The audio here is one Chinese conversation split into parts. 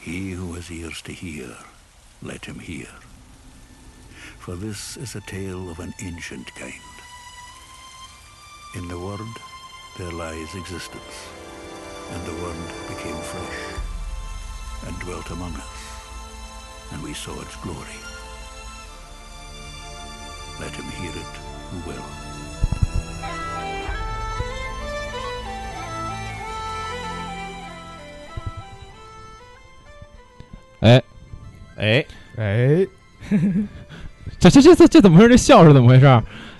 He who has ears to hear, let him hear. For this is a tale of an ancient kind. In the Word, there lies existence, and the Word became flesh and dwelt among us, and we saw its glory. Let him hear it who will. 哎，哎，哎，这这这这这怎么回事？这笑是怎么回事？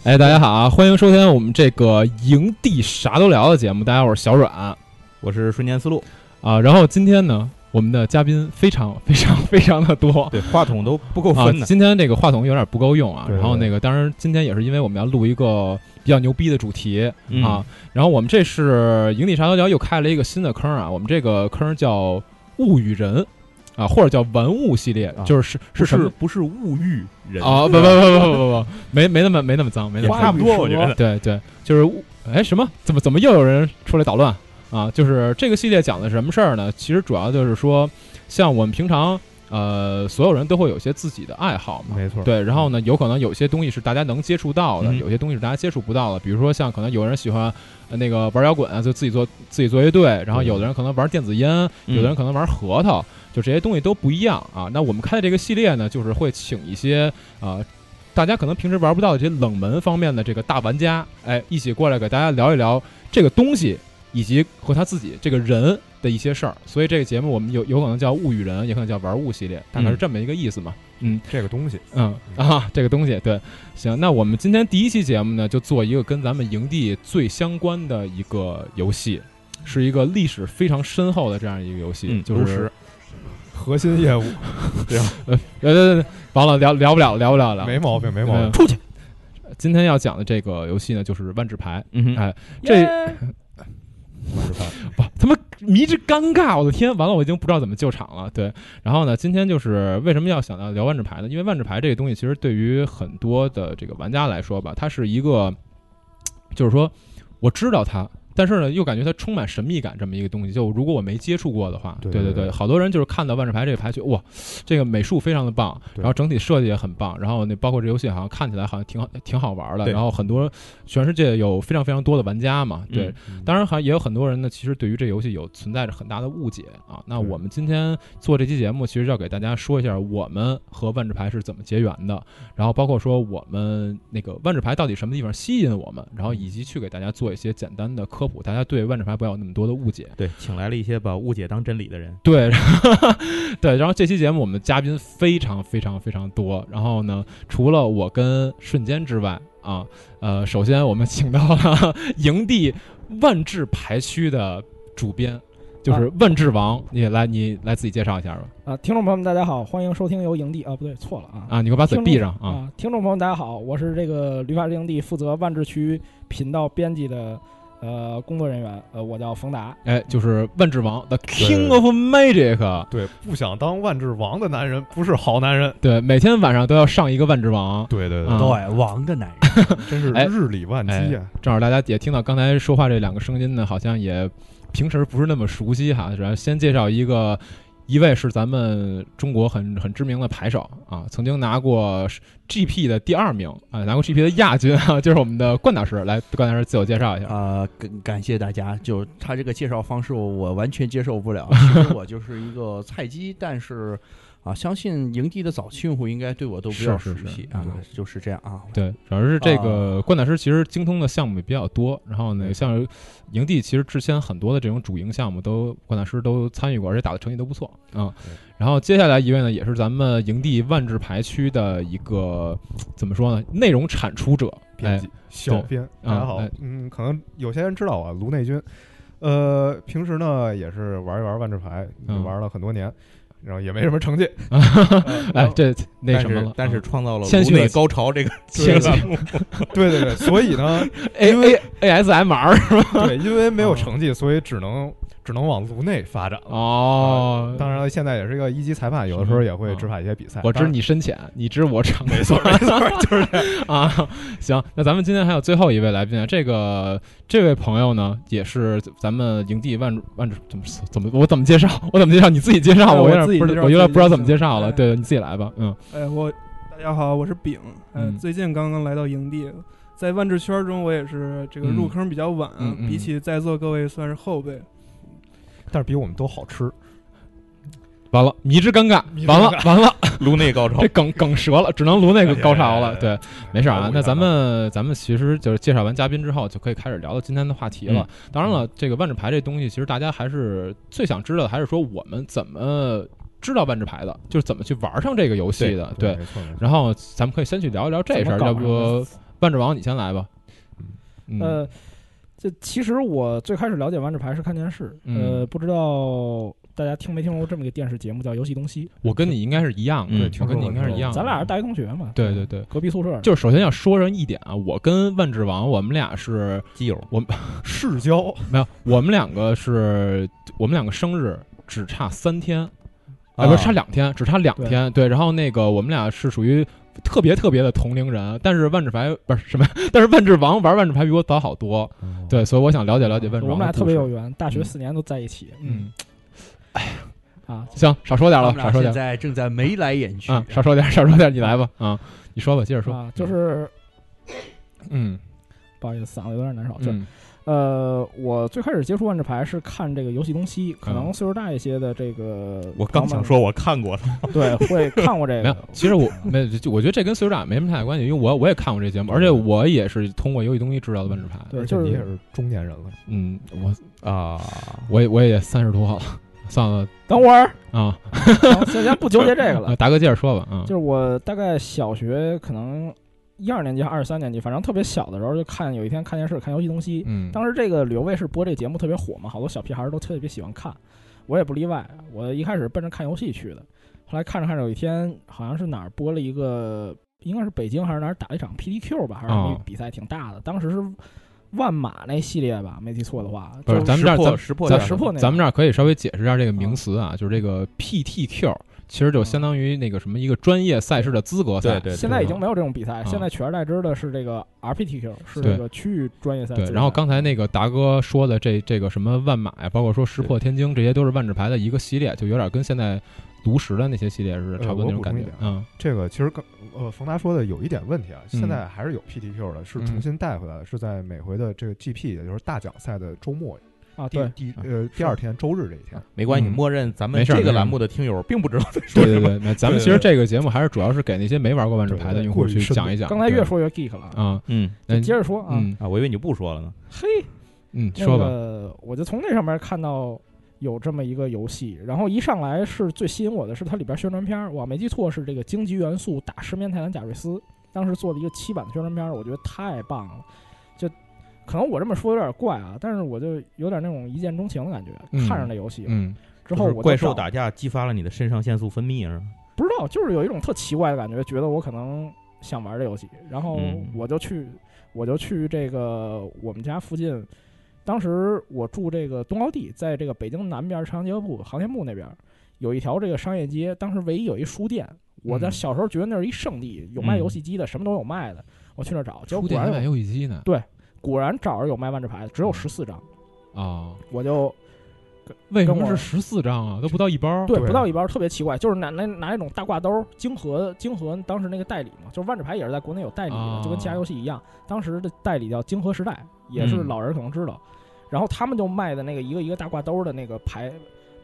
哎，大家好啊，欢迎收听我们这个营地啥都聊的节目。大家好，我是小阮啊。我是瞬间思路，然后今天呢，我们的嘉宾非常非常非常的多。对，话筒都不够啊分，呢。今天这个话筒有点不够用啊。对对然后那个，当然今天也是因为我们要录一个比较牛逼的主题、嗯啊，。然后我们这是营地啥都聊又开了一个新的坑啊，我们这个坑叫物语人啊，或者叫玩物系列，啊就是是不什是么不是物欲人啊？不不不不不不不，没没那么没那么脏，没那也么脏差不多，我觉得对对，就是物哎什么？怎么怎么又有人出来捣乱啊？就是这个系列讲的什么事儿呢？其实主要就是说，像我们平常呃，所有人都会有一些自己的爱好嘛。没错，对，然后呢，有可能有些东西是大家能接触到的，嗯有些东西是大家接触不到的。比如说，像可能有人喜欢、呃那个玩摇滚啊，就自己做自己做乐队；然后有的人可能玩电子烟，有嗯的人可能玩核桃，就这些东西都不一样啊。那我们开的这个系列呢，就是会请一些呃，大家可能平时玩不到的这些冷门方面的这个大玩家，哎，一起过来给大家聊一聊这个东西以及和他自己这个人的一些事儿。所以这个节目我们有有可能叫物语人，也可能叫玩物系列，大概是嗯这么一个意思嘛。这个东西，嗯啊，这个东西对，行，那我们今天第一期节目呢，就做一个跟咱们营地最相关的一个游戏，是一个历史非常深厚的这样一个游戏，嗯就炉是石核心业务呃对对对，完了聊聊不了聊不了了，没毛病，没毛病。出去。今天要讲的这个游戏呢，就是万智牌。嗯哎哼，这万智牌哇，他妈迷之尴尬，我的天！完了，我已经不知道怎么救场了。对，然后呢，今天就是为什么要想到聊万智牌呢？因为万智牌这个东西，其实对于很多的这个玩家来说吧，它是一个，就是说我知道它，但是呢，又感觉它充满神秘感这么一个东西。就如果我没接触过的话，对对对好多人就是看到万智牌这个牌，觉得哇，这个美术非常的棒，对然后整体设计也很棒，然后那包括这游戏好像看起来好像挺好挺好玩的，对然后很多全世界有非常非常多的玩家嘛，对，嗯当然，还也有很多人呢，其实对于这游戏有存在着很大的误解啊。那对我们今天做这期节目，其实要给大家说一下我们和万智牌是怎么结缘的，然后包括说我们那个万智牌到底什么地方吸引我们，然后以及去给大家做一些简单的科普，大家对万智牌不要有那么多的误解。对，请来了一些把误解当真理的人，对，对，然后这期节目我们的嘉宾非常非常非常多。然后呢，除了我跟瞬间之外啊，呃，首先我们请到了 营地万智牌区的主编，就是万智王，你也来，你来自己介绍一下吧。啊，听众朋友们，大家好，欢迎收听由营地啊，不对，错了啊，啊，你给我把嘴听众闭上啊！啊，听众朋友们，大家好，我是这个旅法之营地负责万智区频道编辑的呃工作人员，呃，我叫冯达，哎，就是万智王，The 对 King 对 of Magic。对，不想当万智王的男人不是好男人。嗯对，每天晚上都要上一个万智王。对对啊对，对，王的男人，真是哎日理万机啊呀。正好大家也听到刚才说话这两个声音呢，好像也平时不是那么熟悉哈。然后先介绍一个，一位是咱们中国很很知名的牌手啊，曾经拿过 GP 的第二名啊，拿过 GP 的亚军啊，就是我们的冠大师。来，冠大师自我介绍一下。呃，感感谢大家，就他这个介绍方式，我完全接受不 了。其实我就是一个菜鸡，但是啊，相信营地的早期用户应该对我都比较是熟是是悉啊嗯，就是这样啊。对，主要是这个冠大师其实精通的项目也比较多，然后呢，对像营地其实之前很多的这种主营项目都冠大师都参与过，而且打的成绩都不错啊、对然后接下来一位呢，也是咱们营地万智牌区的一个怎么说呢，内容产出者，编辑哎小对编，大家好哎，嗯，可能有些人知道啊，卢内军，呃，平时呢也是玩一玩万智牌，嗯玩了很多年，然后也没什么 成绩。呃哎，哎，这那哦但什么是了，嗯啊但是创造了谦虚颅内了高潮这个谦虚这 个 对对对， 所以呢， A A A S M R 对，因为没有成绩，所以只能只能往颅内发展了。哦啊，当然了，现在也是一个一级裁判，有的时候也会执法一些比赛。嗯我知当然你深浅，你知我长。没错，没错，就是这样。啊，行，那咱们今天还有最后一位来宾啊，这个这位朋友呢，也是咱们营地万万怎么怎么我怎么介绍？我怎么介绍？你自己介哎绍，对我有我自点己不知介绍我有点自己不知道怎么介介绍绍了。哎对，你自己来吧，嗯，哎，我大家好，我是饼。呃，嗯最近刚刚来到营地，在万智圈中，我也是这个嗯入坑比较晚，嗯嗯比起在座各位算是后辈。但是比我们都好 吃。完了，迷之尴尬，迷之完了尴哎完 了，颅内高潮这，梗梗折了，只能颅内高潮了。对， 没事哎啊我。那咱想到们咱们其实就是介绍完嘉宾之后，就可以开始聊到今天的话题了。当然了，这个万智牌这东西，其实大家还是最想知道的，还是说我们怎么知道万智牌的，就是怎么去玩上这个游戏的。对，没错，没错。然后咱们可以先去聊一聊这事儿，怎么搞要啊不万智王你先来吧。嗯，呃，这其实我最开始了解万智牌是看电视，嗯呃，不知道大家听没听过这么一个电视节目叫《游戏东西我跟你应该是一样的，嗯我跟你应该是一》，样的。咱俩是大学同学嘛，啊对对对，隔壁宿舍，就是首先要说上一点啊，我跟万智王，我们俩是基友，世交没有，我们两个是我们两个生日只差三天，啊、啊不是差两天，只差两天。对，然后那个我们俩是属于特别特别的同龄人，但是万智牌不是什么， 但是万智王玩万智牌比我早好多。对，所以我想了解了解万智哦我王们的俩故特别事有缘，大学嗯四年都在一起，嗯，啊，行，少说点他了们，俩少说现点。在正在眉来眼去啊，少说点，少 说点，你来吧，啊，你说吧，接着说，啊，就是嗯不好意思，嗓子有点难受，哦就是嗯呃，我最开始接触万智牌是看这个游戏东西，可能嗯岁数大一些的这个，我刚想，说我看过他，对，会看过这没有个，，其实 我没有，就就我觉得这跟岁数大没什么太大关系，因为我我也看过这节目，而嗯且我也是通过游戏东西知道的万智牌，对，而且就你也是，是中年人了，嗯，我啊，我也我也三十多了， 算了等会儿，啊，行先先不纠结这个了 啊，达哥接着说吧，啊就，是我大概小学可能一二年级、二三年级，反正特别小的时候就看，有一天看电视看游戏东西，嗯，当时这个旅游卫视播这节目特别火嘛，好多小屁孩儿都特别喜欢看，我也不例外。我一开始奔着看游戏去的，后来看着看着有一天好像是哪儿播了一个，应该是北京还是哪儿打了一场 PDQ 吧，还是什么哦比赛挺大的，当时是万马那系列吧，没记错的话，不是就咱们这儿咱识破咱对识破那个咱们这儿可以稍微解释一下这个名词啊，就是这个 PTQ，其实就相当于那个什么一个专业赛事的资格赛，对对现在已经没有这种比赛，啊现在取而代之的是这个 RPTQ，是对这个区域专业赛。对，然后刚才那个达哥说的这这个什么万马呀，包括说石破天惊，这些都是万智牌的一个系列，就有点跟现在炉石的那些系列似的，呃差不多那种感觉我补。充嗯，这个其实刚呃，冯达说的有一点问题啊，嗯现在还是有 PTQ 的，是嗯重新带回来的，是在每回的这个 GP，也就是大奖赛的周末啊，第对，第呃第二天周日这一天，没关系，嗯默认咱没们事儿这没个事儿栏目的听友并不知道在说对对什么。对，那咱们对对其实这个节目还是主要是给那些没玩过万智牌的对对用户过于去深讲度一讲。刚才对越说越 geek 了。啊，嗯那接着说啊，嗯啊，我以为你不说了呢。嘿，嗯，那说吧，个我就从那上面看到有这么一个游戏，然后一上来是最吸引我的是它里边宣传片儿，我没记错是这个荆棘元素打十面泰坦贾瑞斯，当时做的一个七版的宣传片儿，我觉得太棒了，就。可能我这么说有点怪啊，但是我就有点那种一见钟情的感觉。嗯看上这游戏了嗯之后，就是我就怪兽找打架激发了你的肾上腺素分泌啊是吧？不知道，就是有一种特奇怪的感觉，觉得我可能想玩这游戏，然后嗯我就去，我就去这个我们家附近，当时我住这个东高地，在这个北京南边长安街部航天部那边有一条这个商业街，当时唯一有一书店，我在嗯小时候觉得那是一圣地，有卖游戏机的，什么都有卖的，我去那儿找，结书果果店还买然有游戏机呢果然找着有卖万智牌的，只有十四张，啊？我就为什么我是十四张啊？都不到一包。对，对不到一包，特别奇怪，就是拿拿拿那种大挂兜，泾河泾河当时那个代理嘛，就是万智牌也是在国内有代理的，啊就跟其他游戏一样，当时的代理叫泾河时代，也是嗯老人可能知道。然后他们就卖的那个一个一个大挂兜的那个牌，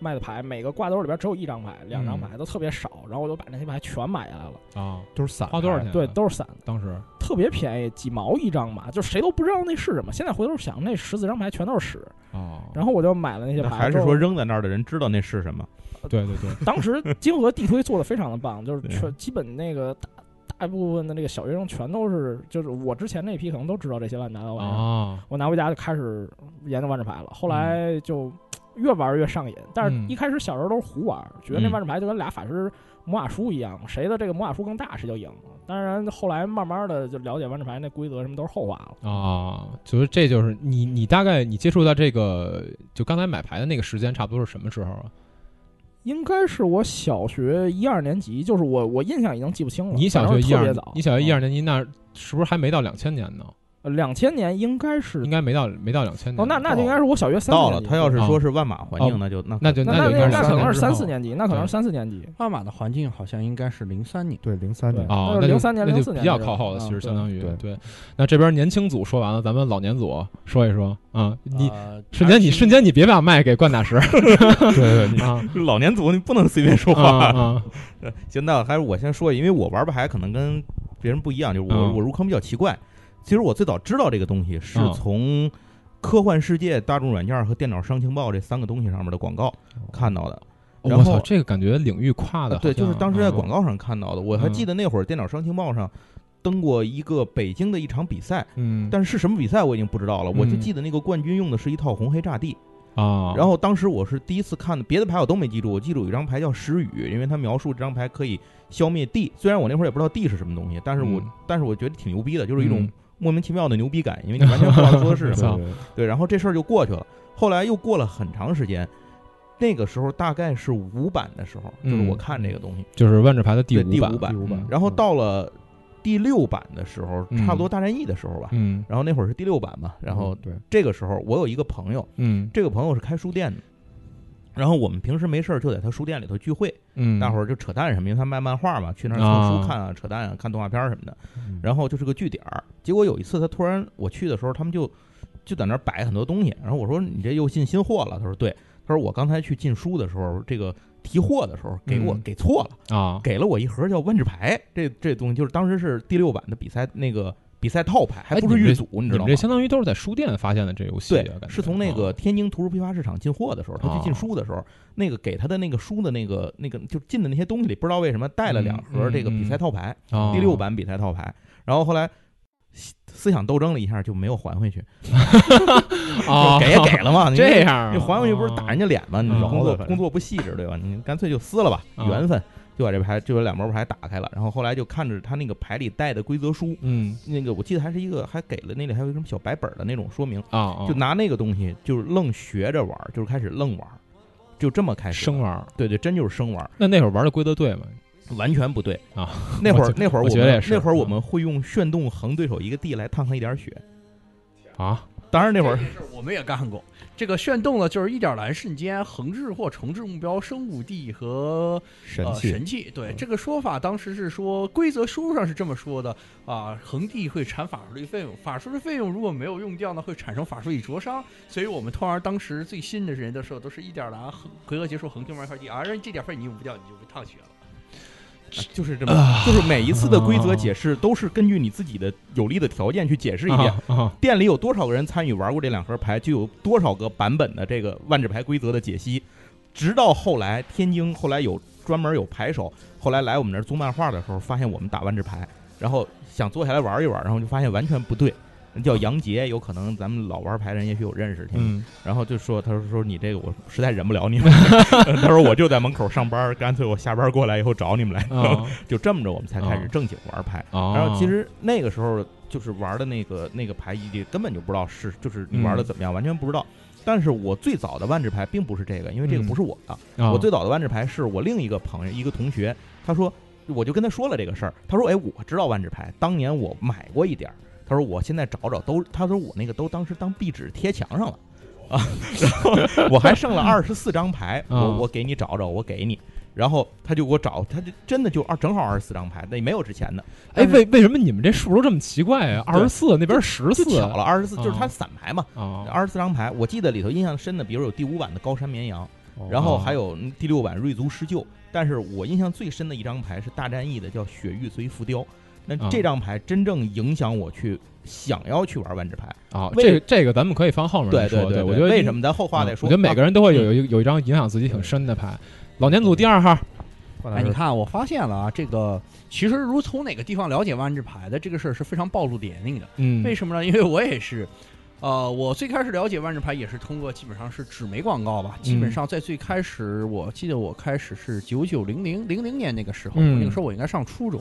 卖的牌，每个挂兜里边只有一张牌，两嗯张牌都特别少，然后我就把那些牌全买下来了，啊，都是散花多少钱？啊对，都是散的，当时特别便宜，几毛一张吧，就谁都不知道那是什么。现在回头想，那十四张牌全都是屎。哦，然后我就买了那些那牌，还是之后说扔在那儿的人知道那是什么？对对对，当时金河地推做的非常的棒，就是对全基本那个大大部分的那个小学生全都是，就是我之前那批可能都知道这些万达的玩意儿。啊，我拿回家就开始研究万智牌了，后来就越玩越上瘾。但是嗯一开始小时候都是胡玩，觉得那嗯万智牌就跟俩法师魔法书一样，谁的这个魔法书更大，谁就赢。当然，后来慢慢的就了解万智牌那规则什么都是后话了。啊，就是这就是你你大概你接触到这个就刚才买牌的那个时间差不多是什么时候啊？嗯应该是我小学一二年级，就是我我印象已经记不清了。你小反学正一特别二早，，嗯你小学一二年级那是不是还没到两千年呢？两千年应该是应该没到嗯没到两千年。哦，那那就应该是我小学三到年了，级他要是啊说是万马环境，那就那那就那就应该那是两千那可能年是之三后四年级，那可能是三四年级。万马的环境好像应该是零三年，对，零三年对啊，那那就就03年那就04年比较这靠种后了，啊其实相对当于对对。那这边年轻组说完了，咱们老年组说一说啊，你呃瞬间你而且瞬间你别把麦给冠大 师对对对，啊老年组你 不能随便说啊话。啊 行，那还是我先说，因为我玩牌可能跟别人不一样，就是我、嗯我入坑比较奇怪。其实我最早知道这个东西是嗯从《科幻世界》《大众软件》和《电脑商情报》这三个东西上面的广告哦看到的。然我操，后这个感觉领域跨的对，就是当时在广告告上看到的。我还嗯记得那会儿《电脑商情报》上登过一个北京的一场比赛，嗯但是是什么比赛我已经不知道了。我就嗯记得那个冠军用的是一套红黑炸地，啊，然后当时我是第一次看的，别的牌我都没记住，我记住有一张牌叫石雨，因为它描述这张牌可以消灭地。虽然我那会儿也不知道地是什么东西，但是我、嗯但是我觉得挺牛逼的，就是一种嗯莫名其妙的牛逼感，因为你完全不知道说的 是什么。操对对对，然后这事儿就过去了。后来又过了很长时间，那个时候大概是五版的时候，就是嗯我看这个东西。就是万智牌的第对五第版五版第五版嗯，然后到了第六版的时候，嗯差不多大战役的时候吧。嗯然后那会儿是第六版嘛，然后嗯对这个时候我有一个朋友，嗯这个朋友是开书店的，然后我们平时没事儿就在他书店里头聚会，嗯，大伙儿儿就扯淡什么，因为他卖漫画嘛，去那儿啊蹭书看啊、扯淡啊、看动画片儿什么的，嗯然后就是个据点儿。结果有一次他突然我去的时候，他们就就在那儿摆很多东西，然后我说你这又进新货了，他说对，他说我刚才去进书的时候，这个提货的时候给我嗯给错了，啊给了我一盒叫万智牌，这这东西就是当时是第六版的比赛那个比赛套牌，还哎不是你们预这组，你你知道们吗这？相当于都是在书店发现的这游戏啊，对感，觉是从那个天津图书批发市场进货的时候，他哦去进书的时候，那个给他的那个书的那个那个就进的那些东西里，不知道为什么带了两嗯盒嗯这个比赛套牌，啊第六版比赛套牌，然后后来。思想斗争了一下就没有还回去，啊，给也给了 嘛，你这样啊，你还回去不是打人家脸吗？你嗯工作嗯工作不细致对吧？你干脆就撕了吧，嗯缘分就把这牌就把两包牌打开了，然后后来就看着他那个牌里带的规则书，嗯那个我记得还是一个还给了那里还有一个什么小白本儿的那种说明，啊啊，就拿那个东西，就是愣学着玩儿，就是开始愣玩儿，就这么开始生玩儿。对对，真就是生玩儿，那那会儿玩的规则对吗？完全不对啊。 那会我儿觉那会儿我觉们得也是嗯那会儿我们会用炫动横对手一个地来烫他一点血。啊，当然那会儿这件事我们也干过。这个炫动呢，就是一点蓝瞬间横置或重置目标生物地和神呃器嗯神器。对这个说法，当时是说规则书上是这么说的啊，横地会产法术力费用，法术的费用如果没有用掉呢，会产生法术力灼伤。所以我们通常当时最新的人的时候都是一点蓝横回合结束横定玩一块地，而、人这点费啊你用不掉，你就被烫血了。就是这么，啊就是每一次的规则解释都是根据你自己的有利的条件去解释一遍。啊啊店里有多少个人参与玩过这两盒牌，就有多少个版本的这个万智牌规则的解析。直到后来，天津后来有专门有牌手，后来来我们那儿租漫画的时候，发现我们打万智牌，然后想坐下来玩一玩，然后就发现完全不对。叫杨杰，有可能咱们老玩牌人也许有认识，天津。嗯，然后就说，他说说你这个我实在忍不了你 们，他说我就在门口上班，干脆我下班过来以后找你们来，啊 就这么着我们才开始正经玩牌。啊，然后其实那个时候就是玩的那个那个牌，你根本就不知道是就是你玩的怎么样，完全不知道。但是我最早的万智牌并不是这个，因为这个嗯不是我的。啊我最早的万智牌是我另一个朋友一个同学，他说我就跟他说了这个事儿，他说哎我知道万智牌，当年我买过一点儿，他说我现在找找都，他说我那个都当时当壁纸贴墙上了。 啊，然后我还剩了二十四张牌，我啊我给你找找，我给你，然后他就给我找，他就真的就二正好二十四张牌，那没有之前的，哎，为为什么你们这数都这么奇怪啊？二对十四那边十就四巧了，二十四就是它啊散牌嘛，啊，二十四张牌。我记得里头印象深的，比如有第五版的高山绵羊，哦然后还有第六版瑞族狮鹫。但是我印象最深的一张牌是大战役的，叫雪域随浮雕。那啊这张牌真正影响我去想要去玩万智牌。啊，为这个这个咱们可以放后面再对说。对，我觉得为什么咱后话嗯再说。我觉得每个人都会有啊一有一张影响自己挺深的牌。老年嗯组第二号，换哎，来你呃是看，我发现了啊，这个其实如从哪个地方了解万智牌的这个事儿是非常暴露年龄的。嗯，为什么呢？因为我也是，呃，我最开始了解万智牌也是通过基本上是纸媒广告吧，嗯基本上在最开始，我记得我开始是九九零零零零年那个时候，嗯那个时候我应该上初中。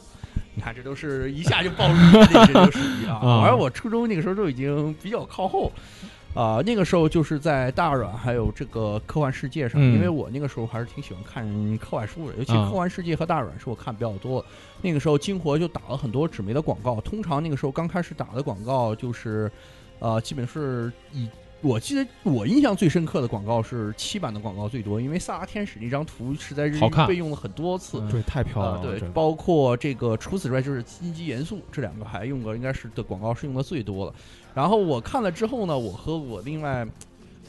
你看，这都是一下就暴 露年龄，这都属于啊。啊而我初中那个时候都已经比较靠后啊、那个时候就是在大软还有这个科幻世界上，嗯因为我那个时候还是挺喜欢看科幻书的，尤其啊科幻世界和大软是我看比较多的。那个时候金活就打了很多纸媒的广告，通常那个时候刚开始打的广告就是，呃，基本是以。我记得我印象最深刻的广告是七版的广告最多，因为萨拉天使那张图实在是好看被用了很多次，嗯对，太漂啊亮，了，对真，的包括这个，除此之外就是金鸡元素这两个还用过，应该是的广告是用的最多了。然后我看了之后呢，我和我另外。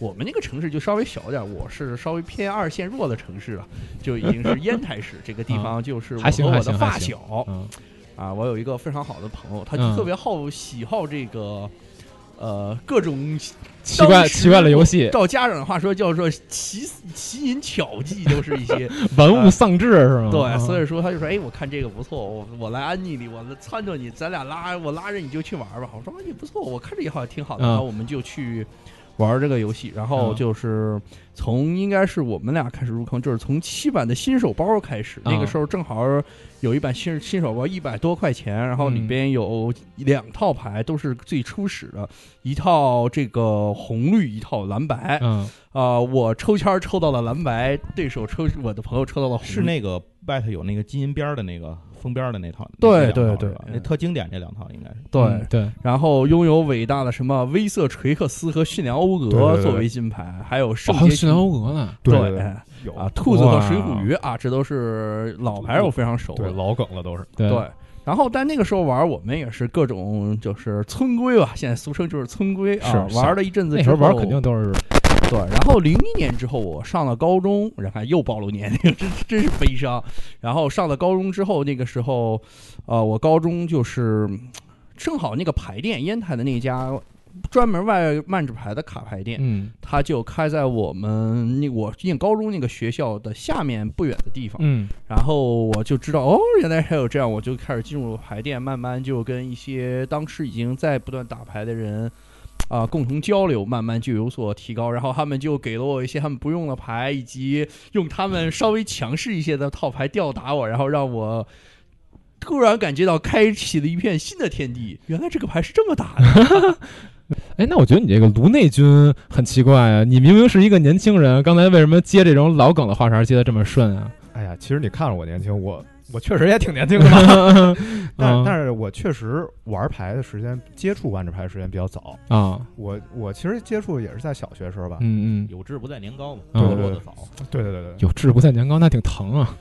我们那个城市就稍微小点儿，我是稍微偏二线弱的城市了，就已经是烟台市这个地方，就是我嗯还行和我还的行发还行小嗯啊，我有一个非常好的朋友，他嗯就特别好喜好这个，呃，各种奇怪当时奇怪的游啊戏，照家长的话说叫做奇奇淫巧技，都是一些文物丧志是吗？啊对，以所以说他就说，哎，我看这个不错，我我来安利你，我撺掇你，咱俩拉我拉着你就去玩吧。我说也不错，我看着也好像挺好嗯的，然后我们就去玩这个游戏，然后嗯就是从应该是我们俩开始入坑，就是从七版的新手包开始，那个嗯时候正好有一版新新手包一百多块钱，然后里嗯边有两套牌都是最初始的，一套这个红绿，一套蓝白。嗯啊、我抽签儿抽到了蓝白，对手抽我的朋友抽到了红绿，啊是那个外头有那个金银边儿的那个封边儿的那套，对那两套对是吧对那特经典这两套应该是。对、嗯对，然后拥有伟大的什么威瑟垂克斯和驯良欧对对俄对作为金牌，还有圣哦，还洁有群驯良鹅呢，对对有啊，兔子和水浒鱼啊，这都是老牌我非常熟对的。老梗了都是，对对然后但那个时候玩，我们也是各种就是村规吧，现在俗称就是村规啊，是玩了一阵子那时之后，候玩肯定都是对。然后零一年之后，我上了高中，然后又暴露年龄， 真真是悲伤。然后上了高中之后，那个时候，呃，我高中就是嗯正好那个牌店，烟台的那家专门卖慢纸牌的卡牌店，嗯它就开在我们那我念高中那个学校的下面不远的地方。嗯然后我就知道哦，原来还有这样，我就开始进入牌店，慢慢就跟一些当时已经在不断打牌的人啊、共同交流，慢慢就有所提高。然后他们就给了我一些他们不用的牌，以及用他们稍微强势一些的套牌吊打我，然后让我。突然感觉到开启了一片新的天地，原来这个牌是这么打 的。哎，那我觉得你这个颅内君很奇怪啊！你明明是一个年轻人，刚才为什么接这种老梗的话茬接的这么顺啊？哎呀，其实你看着我年轻，我我确实也挺年轻的吧， 但嗯但是我确实玩牌的时间，接触万智牌的时间比较早，啊，我我其实接触也是在小学时候吧，嗯嗯，有志不在年高嘛，嗯堕落的早。对对对对，有志不在年高，那挺疼啊！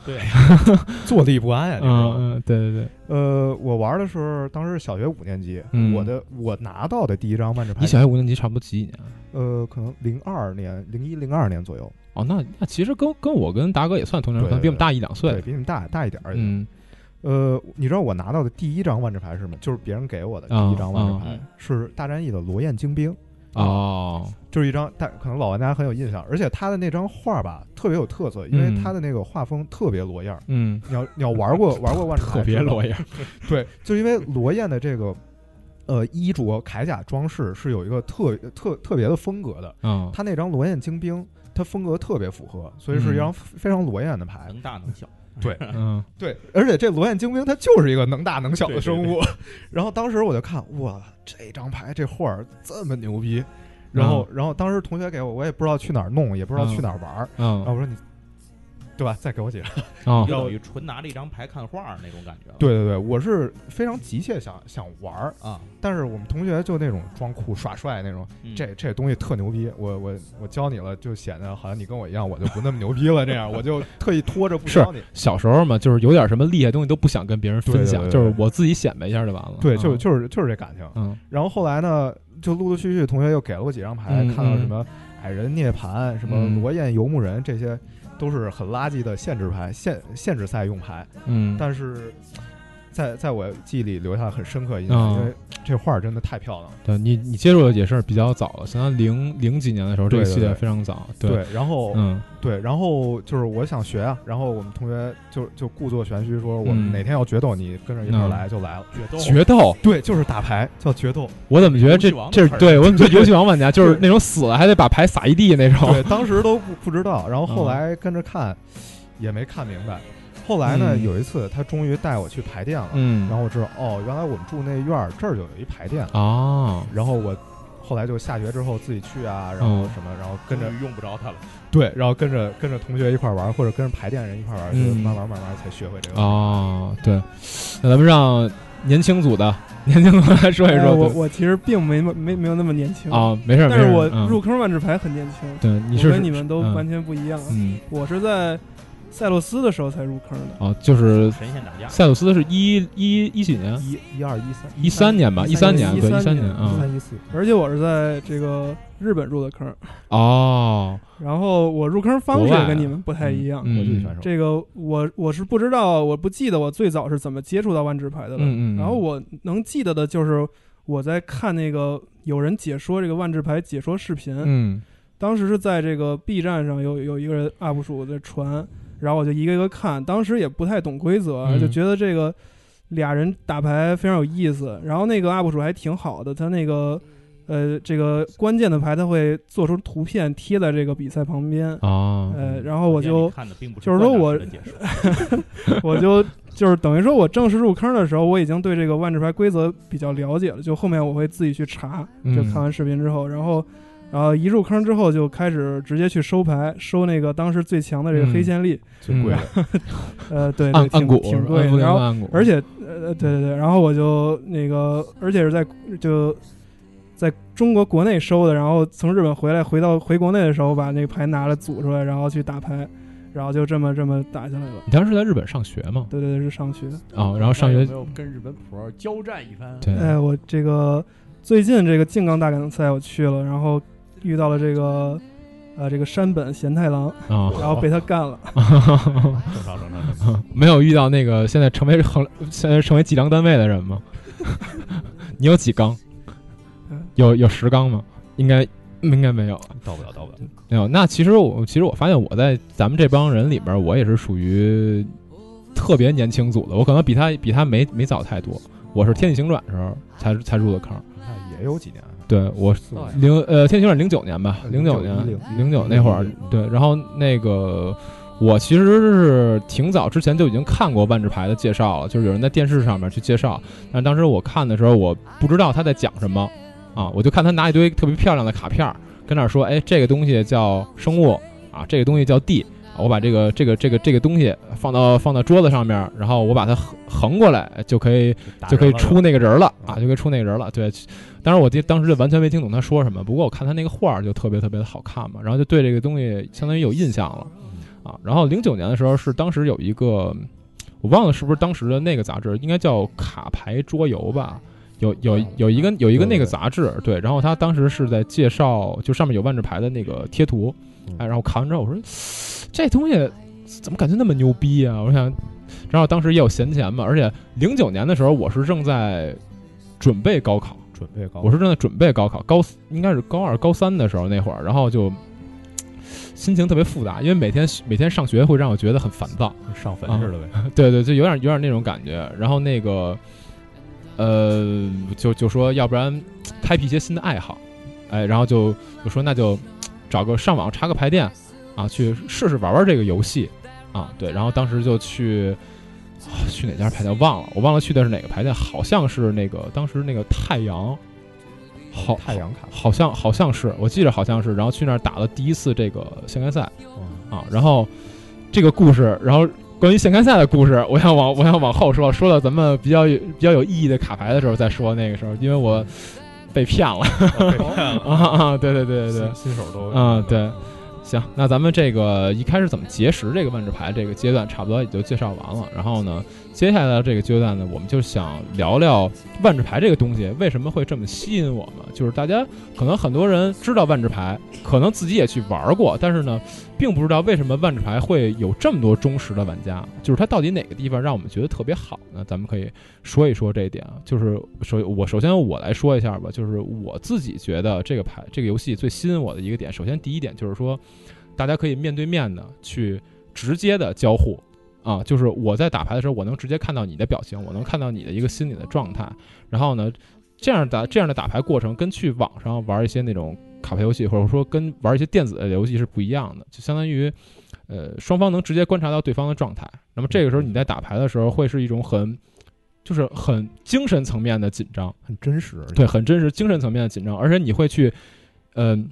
坐立不安啊呀、那时候嗯嗯，对对对，呃，我玩的时候，当时是小学五年级，嗯我的我拿到的第一张万智牌，你小学五年级差不多几几年啊？呃，可能零二年、零一、零二年左右，哦，那那其实跟跟我跟达哥也算同龄人，对可能比我们大一两岁。比你们大大一点而已。嗯呃，你知道我拿到的第一张万智牌是什么？就是别人给我的第一张万智啊牌，啊是大战役的罗焰精兵，哦，就是一张大，可能老玩家很有印象，而且他的那张画吧特别有特色，因为嗯他的那个画风特别罗样儿。嗯，你要你要玩过玩过万智牌，特别知道裸眼。 对，就因为罗燕的这个呃衣着、铠甲、装饰是有一个特特特别的风格的。嗯，他那张罗燕精兵，它风格特别符合，所以是一张非常罗燕的牌。能大能小， 嗯对，而且这罗燕精兵它就是一个能大能小的对对生物。 然后当时我就看，哇，这张牌这画儿这么牛逼。然后，然后当时同学给我，我也不知道去哪儿弄，也不知道去哪儿玩儿。然后嗯我说你，对吧？再给我 几张。嗯就，等于纯拿着一张牌看画儿那种感觉了。对对对，我是非常急切想想玩儿，啊，但是我们同学就那种装酷耍帅那种，嗯这这东西特牛逼，我我我教你了，就显得好像你跟我一样，我就不那么牛逼了，这样我 就特意拖着不教你。小时候嘛，就是有点什么厉害东西都不想跟别人分享，对对对就对是我自己显摆一下就完了。对，就嗯就是就是这感情。嗯然后后来呢，就陆陆续续同学又给了我几张牌，嗯看到嗯什么矮人涅槃、什么嗯罗焰游牧人这些，都是很垃圾的限制牌、限限制赛用牌。嗯，但是在在我记忆里留下很深刻印象，嗯因为这画儿真的太漂亮了。对你你接触的也是比较早了，相当于零零几年的时候，这个对对系列对非常早。，然后嗯对，然后就是我想学啊，然后我们同学就就故作玄虚说，我嗯们哪天要决斗，你跟着一块儿来就来了。嗯决斗决斗，对，就是打牌叫决斗。我怎么觉得这游戏王这的是词儿对我怎么觉得游戏王玩家就是那种死了还得把牌撒一地那种对，当时都不不知道，然后后嗯来跟着看，也没看明白。后来呢，嗯有一次他终于带我去牌店了，嗯然后我知道哦，原来我们住那院儿这儿就有一牌店，啊，然后我。后来就下学之后自己去啊，然嗯后什么，然后跟着终于用不着它了。对，然后跟着跟着同学一块儿玩，或者跟着排练人一块儿玩，就嗯慢慢慢慢才学会这个。哦，对，那咱们让年轻组的年轻组来说一哎说。我对我其实并没没没有那么年轻，啊，没事儿，但是没事儿我嗯入坑万智牌很年轻，对你我是跟你们都嗯完全不一样。嗯我是在赛洛斯的时候才入坑的，哦，就是神仙打架，塞鲁斯是一一一几年？一一二一三一三年吧，一三年，对，一13三年年一啊。三一四，而且我是在这个日本入的坑，哦，然后我入坑方国式外啊跟你们不太一样。嗯国际选手。这个我我是不知道，我不记得我最早是怎么接触到万智牌的了。嗯嗯嗯然后我能记得的就是我在看那个有人解说这个万智牌解说视频，嗯当时是在这个 B 站上有有一个人 UP 主在传，然后我就一个一个看，当时也不太懂规则，嗯就觉得这个俩人打牌非常有意思。然后那个 UP 主还挺好的，他那个呃这个关键的牌他会做出图片贴在这个比赛旁边，哦，呃，然后我就看的并不就是说我的解说，我就就是等于说，我正式入坑的时候，我已经对这个万智牌规则比较了解了。就后面我会自己去查，嗯就看完视频之后，然后，然后一入坑之后就开始直接去收牌，收那个当时最强的这个黑线力，最贵的，呃，对，对嗯按按挺鼓挺按贵的。不跟然后，按鼓，而且，呃，对对对，然后我就那个，而且是在就在中国国内收的，然后从日本回来，回到回国内的时候，把那个牌拿了组出来，然后去打牌，然后就这么这么打下来了。你当时在日本上学嘛？对对对，是上学。哦，然后上学呃有没有跟日本普儿交战一番？对，哎，我这个最近这个静冈大感赛我去了，然后遇到了这个呃这个山本贤太郎，啊，然后被他干 了。正常正常。没有遇到那个现在成为衡现在成为计量单位的人吗？ 你有几缸？嗯有有十缸吗？应该应该没有，到不了到不了，没有。那其实我其实我发现我在咱们这帮人里边，我也是属于特别年轻组的，我可能比他比他没没早太多。我是天气行转的时候才才入的坑，那也有几年啊，对我四五哦年零呃，天气转零九年吧，呃零九年09，零九那会儿10，对，然后那个我其实是挺早之前就已经看过万智牌的介绍了，就是有人在电视上面去介绍，但是当时我看的时候，我不知道他在讲什么啊，我就看他拿一堆特别漂亮的卡片儿跟那儿说，哎，这个东西叫生物啊，这个东西叫地。啊我把这个这个这个这个东西放到放到桌子上面，然后我把它横横过来，就可以就可以 出那个人了啊，就可以出那个人了。对，当然我当当时就完全没听懂他说什么，不过我看他那个画儿就特别特别的好看嘛，然后就对这个东西相当于有印象了啊。然后零九年的时候是当时有一个，我忘了是不是当时的那个杂志，应该叫《卡牌桌游》吧。有有有一个有一个那个杂志，嗯对，然后他当时是在介绍，就上面有万智牌的那个贴图，哎，然后看完之后我说，这东西怎么感觉那么牛逼啊？我想，然后当时也有闲钱嘛，而且零九年的时候我是正在准备高考，准备高，我是正在准备高考，高四应该是高二、高三的时候那会儿，然后就心情特别复杂，因为每天每天上学会让我啊觉得很烦躁，跟上坟似的呗。对对，就有点有点那种感觉。然后那个，呃，就就说要不然开辟一些新的爱好，哎，然后就就说那就找个上网查个牌店啊，去试试玩玩这个游戏啊，对。然后当时就去、啊去哪家牌店忘了，我忘了去的是哪个牌店，好像是那个当时那个太阳，好太阳卡，好像好像是，我记得好像是，然后去那儿打了第一次这个线杆赛嗯啊，然后这个故事，然后关于线杆赛的故事，我想往我想往后说，说到咱们比较有比较有意义的卡牌的时候再说那个时候，因为我被骗了 哦啊啊，对对对对对新新手都嗯对，行，那咱们这个一开始怎么结识这个万智牌这个阶段，差不多也就介绍完了。然后呢，接下来的这个阶段呢，我们就想聊聊万智牌这个东西为什么会这么吸引我们。就是大家可能很多人知道万智牌，可能自己也去玩过，但是呢，并不知道为什么万智牌会有这么多忠实的玩家。就是它到底哪个地方让我们觉得特别好呢？咱们可以说一说这一点啊。就是首我首先我来说一下吧，就是我自己觉得这个牌这个游戏最吸引我的一个点，首先第一点就是说。大家可以面对面的去直接的交互啊，就是我在打牌的时候，我能直接看到你的表情，我能看到你的一个心理的状态。然后呢，这样的这样的打牌过程跟去网上玩一些那种卡牌游戏，或者说跟玩一些电子的游戏是不一样的，就相当于呃双方能直接观察到对方的状态。那么这个时候你在打牌的时候，会是一种很就是很精神层面的紧张，很真实。对，很真实，精神层面的紧张，而且你会去嗯。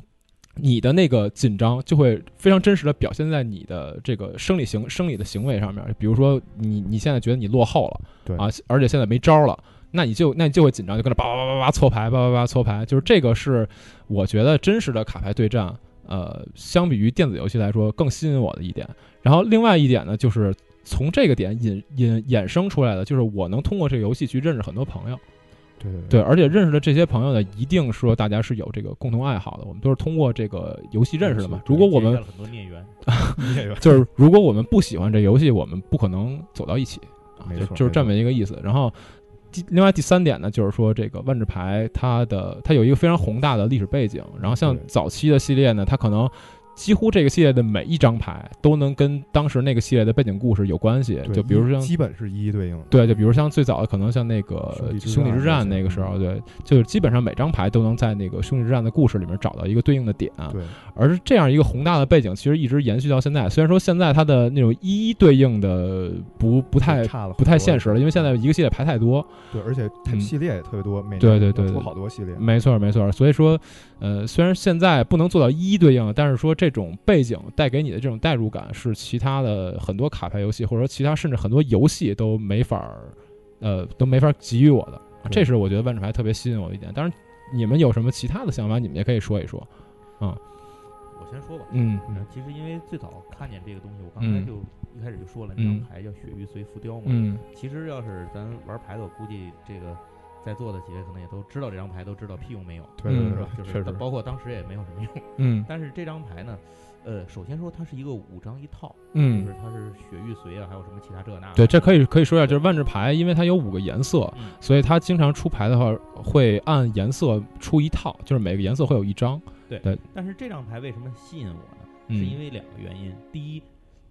你的那个紧张就会非常真实的表现在你的这个生理行生理的行为上面，比如说你你现在觉得你落后了，对啊，而且现在没招儿了，那你就那你就会紧张，就跟着叭叭叭叭叭搓牌，叭叭叭搓牌，就是这个是我觉得真实的卡牌对战，呃，相比于电子游戏来说更吸引我的一点。然后另外一点呢，就是从这个点引引衍生出来的，就是我能通过这个游戏去认识很多朋友。对对对，而且认识的这些朋友呢，一定说大家是有这个共同爱好的，我们都是通过这个游戏认识的嘛。如果我们很多孽缘，对，就是如果我们不喜欢这游戏，我们不可能走到一起，啊没就错就是没这错么一个意思。然后第另外第三点呢，就是说这个万智牌它的它有一个非常宏大的历史背景，然后像对早期的系列呢，它可能。几乎这个系列的每一张牌都能跟当时那个系列的背景故事有关系，就比如像基本是一一对应的。对，就比如像最早的可能像那个兄弟之兄弟战之战那些那个时候，嗯对，就是基本上每张牌都能在那个兄弟之战的故事里面找到一个对应的点，对而这样一个宏大的背景，其实一直延续到现在。虽然说现在它的那种一一对应的不不太差了，不太现实了，因为现在一个系列牌太多，对，而且它嗯系列也特别多，每对年对要对出对好多系列。没错，没错。所以说，呃，虽然现在不能做到一一对应，但是说这种背景带给你的这种代入感，是其他的很多卡牌游戏，或者说其他甚至很多游戏都没法儿，呃，都没法儿给予我的。对这是我觉得万智牌特别吸引我的一点。当然，你们有什么其他的想法，你们也可以说一说。我先说吧。嗯嗯其实因为最早看见这个东西，我刚嗯才就一开始就说了，那张嗯牌叫“雪域随浮雕”嘛。嗯，其实要是咱玩牌的，我估计这个在座的几位可能也都知道这张牌，都知道屁用没有，对对嗯对是吧对，？就确是实包括当时也没有什么用。 嗯但是这张牌呢，呃，首先说它是一个五张一套，就嗯，是它是雪域随啊，还有什么其他这那的。对，这可以。以可以说一下，就是万智牌，因为它有五个颜色，嗯所以它经常出牌的话会按颜色出一套，就是每个颜色会有一张。但是这张牌为什么吸引我呢？是因嗯为两个原因。第一，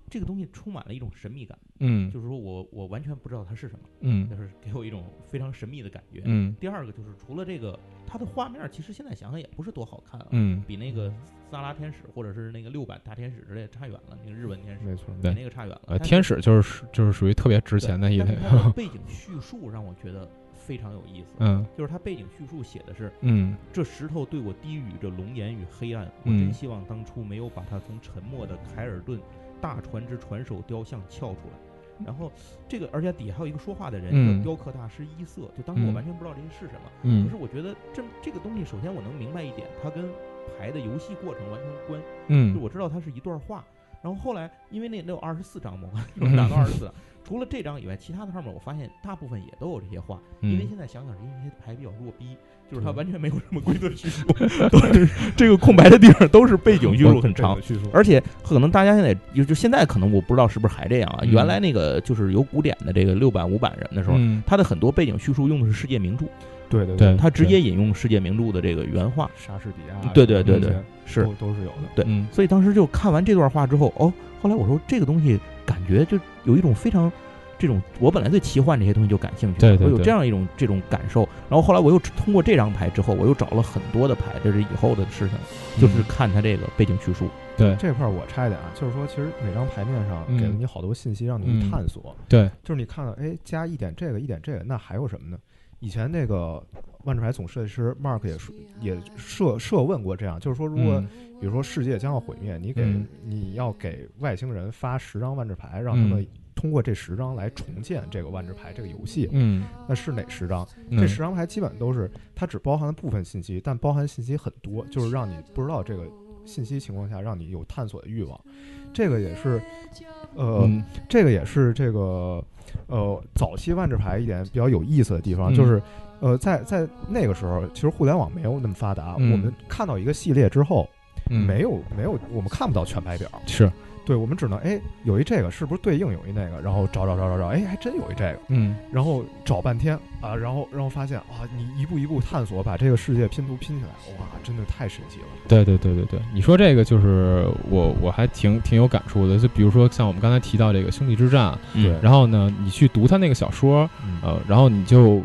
这个东西充满了一种神秘感，嗯就是说我我完全不知道它是什么，嗯就是给我一种非常神秘的感觉。嗯第二个就是除了这个，它的画面其实现在想想也不是多好看啊，嗯比那个萨拉天使或者是那个六版大天使之类的差远了，那个日本天使没错。对比那个差远了。呃，但是天使就是就是属于特别值对钱的一但类是。它 的背景叙述让我觉得非常有意思，嗯就是它背景叙述写的是嗯这石头对我低语着龙颜与黑暗，我嗯真希望当初没有把它从沉没的凯尔顿大船之船首雕像撬出来。然后这个，而且底下还有一个说话的人，嗯叫雕刻大师伊瑟。就当时我嗯完全不知道这些是什么，可嗯是我觉得这这个东西，首先我能明白一点，它跟牌的游戏过程完全无关。就嗯我知道它是一段话，然后后来因为那那有二十四张嘛， 我打到二十四张，除了这张以外，其他的上面我发现大部分也都有这些话。因为嗯，现在想想，是因为牌比较弱逼，就是它对完全没有什么规则叙述， 都是这个空白的地方都是背景叙述很 长背。景叙述而且可能大家现在就就现在可能我不知道是不是还这样啊。嗯原来那个就是有古典的这个六版五版人的时候，嗯它的很多背景叙述用的是世界名著，对对对，它直接引用世界名著的这个原话。莎士比亚，对对对这些对是都都是有的。对嗯所以当时就看完这段话之后，哦，后来我说这个东西感觉就有一种非常这种，我本来对奇幻这些东西就感兴趣，对对我有对这样一种这种感受。然后后来我又通过这张牌之后，我又找了很多的牌，这是以后的事情，就是看它这个背景叙述。对这块儿我插一点啊，就是说，其实每张牌面上嗯给了你好多信息，让你去探索。对，就是你看到，哎，加一点这个，一点这个，那还有什么呢？以前那个万智牌总设计师 Mark 也说也设设问过这样，就是说，如果嗯比如说世界将要毁灭，你给、嗯你要给外星人发十张万智牌，让他嗯们通过这十张来重建这个万智牌这个游戏，嗯，那是哪十张？嗯这十张牌基本都是它只包含了部分信息，但包含信息很多，就是让你不知道这个信息情况下，让你有探索的欲望。这个也是，呃，嗯这个也是这个呃早期万智牌一点比较有意思的地嗯方，就是呃在在那个时候，其实互联网没有那么发达，嗯我们看到一个系列之后，嗯没有没有我们看不到全牌表，是对我们只能哎有一这个是不是对应有一那个，然后找找找找找，哎还真有一这个，嗯然后找半天啊，然后然后发现啊，你一步一步探索，把这个世界拼图拼起来，哇，真的太神奇了。对对对对对，你说这个就是我我还挺挺有感触的，就比如说像我们刚才提到这个《兄弟之战》，啊对，嗯然后呢，你去读他那个小说，嗯呃，然后你就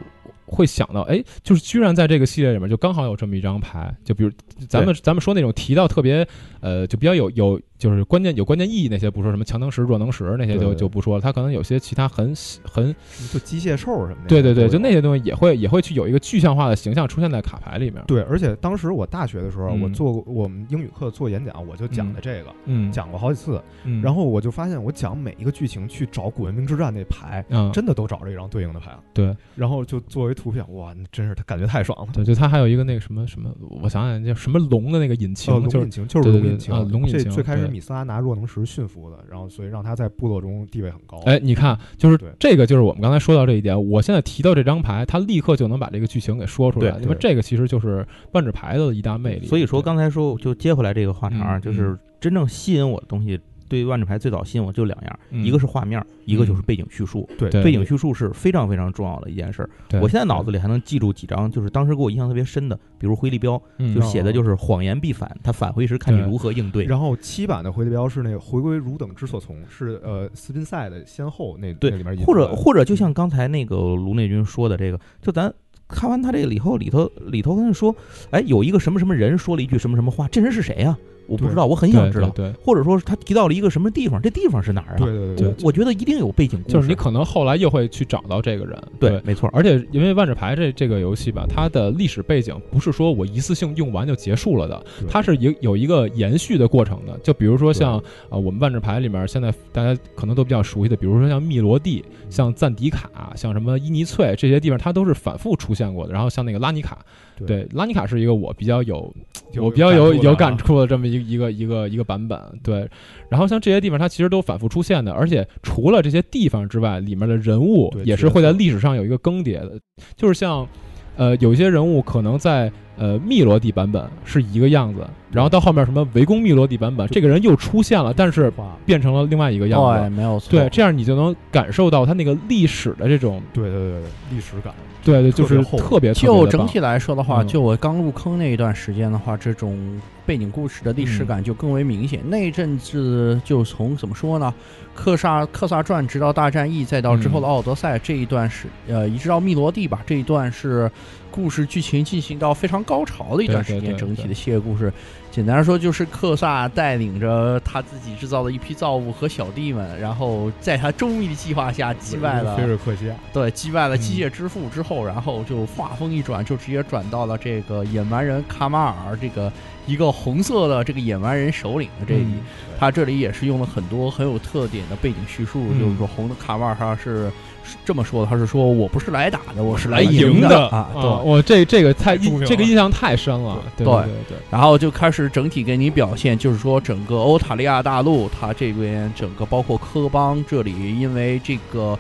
会想到，哎，就是居然在这个系列里面就刚好有这么一张牌，就比如咱们咱们说那种提到特别呃，就比较有有就是关键有关键意义那些不说，什么强能石、弱能石那些对就对就不说了，他可能有些其他很很就机械兽什么的，对对对，就那些。些东西也会也会去有一个具象化的形象出现在卡牌里面，对，而且当时我大学的时候，嗯我做过我们英语课做演讲，我就讲的这个，嗯，讲过好几次。嗯，然后我就发现，我讲每一个剧情去找《古文明之战》那牌，嗯，真的都找着一张对应的牌了。对然后就作为图片，哇，那真是感觉太爽了。对，就它还有一个那个什么什么，我想想叫什么龙的那个引擎，呃，龙就是引擎就对是对龙对引擎，啊龙引这擎最开始对米斯拉拿若能石驯服的，然后所以让他在部落中地位很哦高。哎，你看，就是对这个，就是我们刚才说到这一点。我现在提到这张牌，它立刻就能把这个剧情给说出来。对那么对这个其实就是万智牌的一大魅力。所以说对刚才说就接回来这个话茬儿，嗯就是真正吸引我的东西，对于万智牌最早吸引我就两样，嗯一个是画面，一个就是背景叙述。对对背景叙述是非常非常重要的一件事儿。对我现在脑子里还能记住几张，就是当时给我印象特别深的，比如回力镖，嗯就写的就是谎言必反，他返回时看你对如何应对。然后七版的回力镖是那个回归汝等之所从，是呃斯宾塞的先后那对那里面引或者出来的或者嗯就像刚才那个卢内军说的这个，就咱看完他这个以后，里头里头跟他说，哎，有一个什么什么人说了一句什么什么话，这人是谁呀、我不知道，我很对想知道。对，或者说是他提到了一个什么地方，这地方是哪儿啊？对对对我我觉得一定有背景故对事。就是你可能后来又会去找到这个人。对，没错，而且因为万智牌这这个游戏吧，它的历史背景不是说我一次性用完就结束了的对，它是有有一个延续的过程的。就比如说像呃我们万智牌里面现在大家可能都比较熟悉的，比如说像密罗地、嗯像赞迪卡、像什么伊尼翠这些地方，它都是反复出现过的。然后像那个拉尼卡，对对拉尼卡是一个我比较有有我比较有有感触触的这么一个一个一个一个版本，对。然后像这些地方，它其实都反复出现的，而且除了这些地方之外，里面的人物对也是会在历史上有一个更迭的，就是像，呃，有些人物可能在呃密罗地版本是一个样子，然后到后面什么围攻密罗地版本，这个人又出现了，但是的话，变成了另外一个样对，子。没有错，对，这样你就能感受到它那个历史的这种，对对对对对，历史感，对，对特就别是厚特别特别就的整棒体来说的话，嗯就我刚入坑那一段时间的话，这种背景故事的历嗯史感就更为明显。那一阵子就从怎么说呢，克萨克萨传，直到大战役，再到之嗯后的奥德赛、这一段是呃，一直到密罗地吧，这一段是故事剧情进行到非常高潮的一段时间。对对对整体对的系列故事，简单说就是克萨带领着他自己制造的一批造物和小弟们，然后在他周密的计划下击败了菲瑞克西亚，对，击败了机械之父之后，然后就画风一转，就直接转到了这个野蛮人卡马尔这个一个红色的这个野蛮人首领的这里。嗯他这里也是用了很多很有特点的背景叙述，嗯就是说红的卡马尔他是是这么说的，他是说我不是来打的，我是来赢的的啊，对。我这这个太印重要这个印象太深了，对对对对。然后就开始整体给你表现，就是说整个欧塔利亚大陆，它这边整个包括科邦这里，因为这个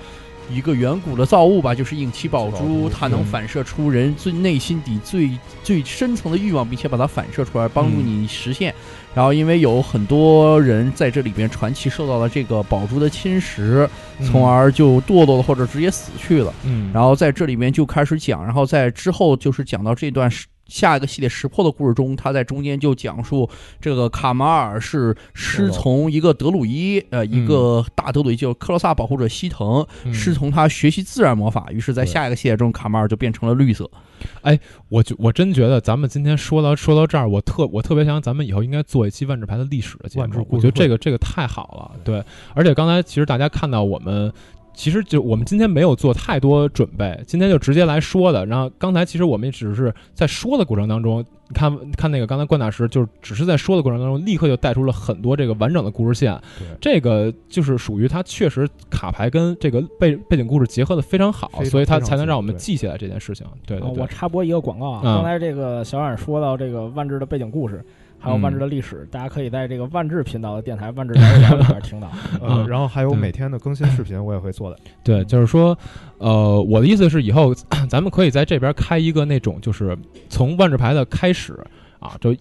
一个远古的造物吧，就是硬气宝珠，它能反射出人最内心底最最深层的欲望，并且把它反射出来，帮助你实现。然后，因为有很多人在这里边传奇受到了这个宝珠的侵蚀，从而就堕落了或者直接死去了。嗯，然后在这里面就开始讲，然后在之后就是讲到这段石下一个系列识破的故事中，他在中间就讲述这个卡马尔是师从一个德鲁伊，呃，一个大德鲁伊就是克罗萨保护者西藤，嗯师从他学习自然魔法，于是，在对下一个系列中，卡马尔就变成了绿色。我就我真觉得咱们今天说到说到这儿，我特我特别想咱们以后应该做一期万智牌的历史的节万智目，故我事觉得这会个这个太好了，对，而且刚才其实大家看到我们。其实就我们今天没有做太多准备，今天就直接来说的。然后刚才其实我们也只是在说的过程当中，你看看那个刚才关大师，就是只是在说的过程当中，立刻就带出了很多这个完整的故事线。这个就是属于他确实卡牌跟这个背背景故事结合的非常好，非常所以他非常哦才能好让我们对记下来这件事情。对啊对我对，插播一个广告啊，嗯刚才这个小冉说到这个万智的背景故事，还有万嗯智的历史，大家可以在这个万智频道的电台万智聊一聊里边听到。 呃，嗯然后还有对每天的更新视频，我也会做的。对，就是说，呃，我的意思是，以后 咱们可以在这边开一个那种，就是从万智牌的开始啊，就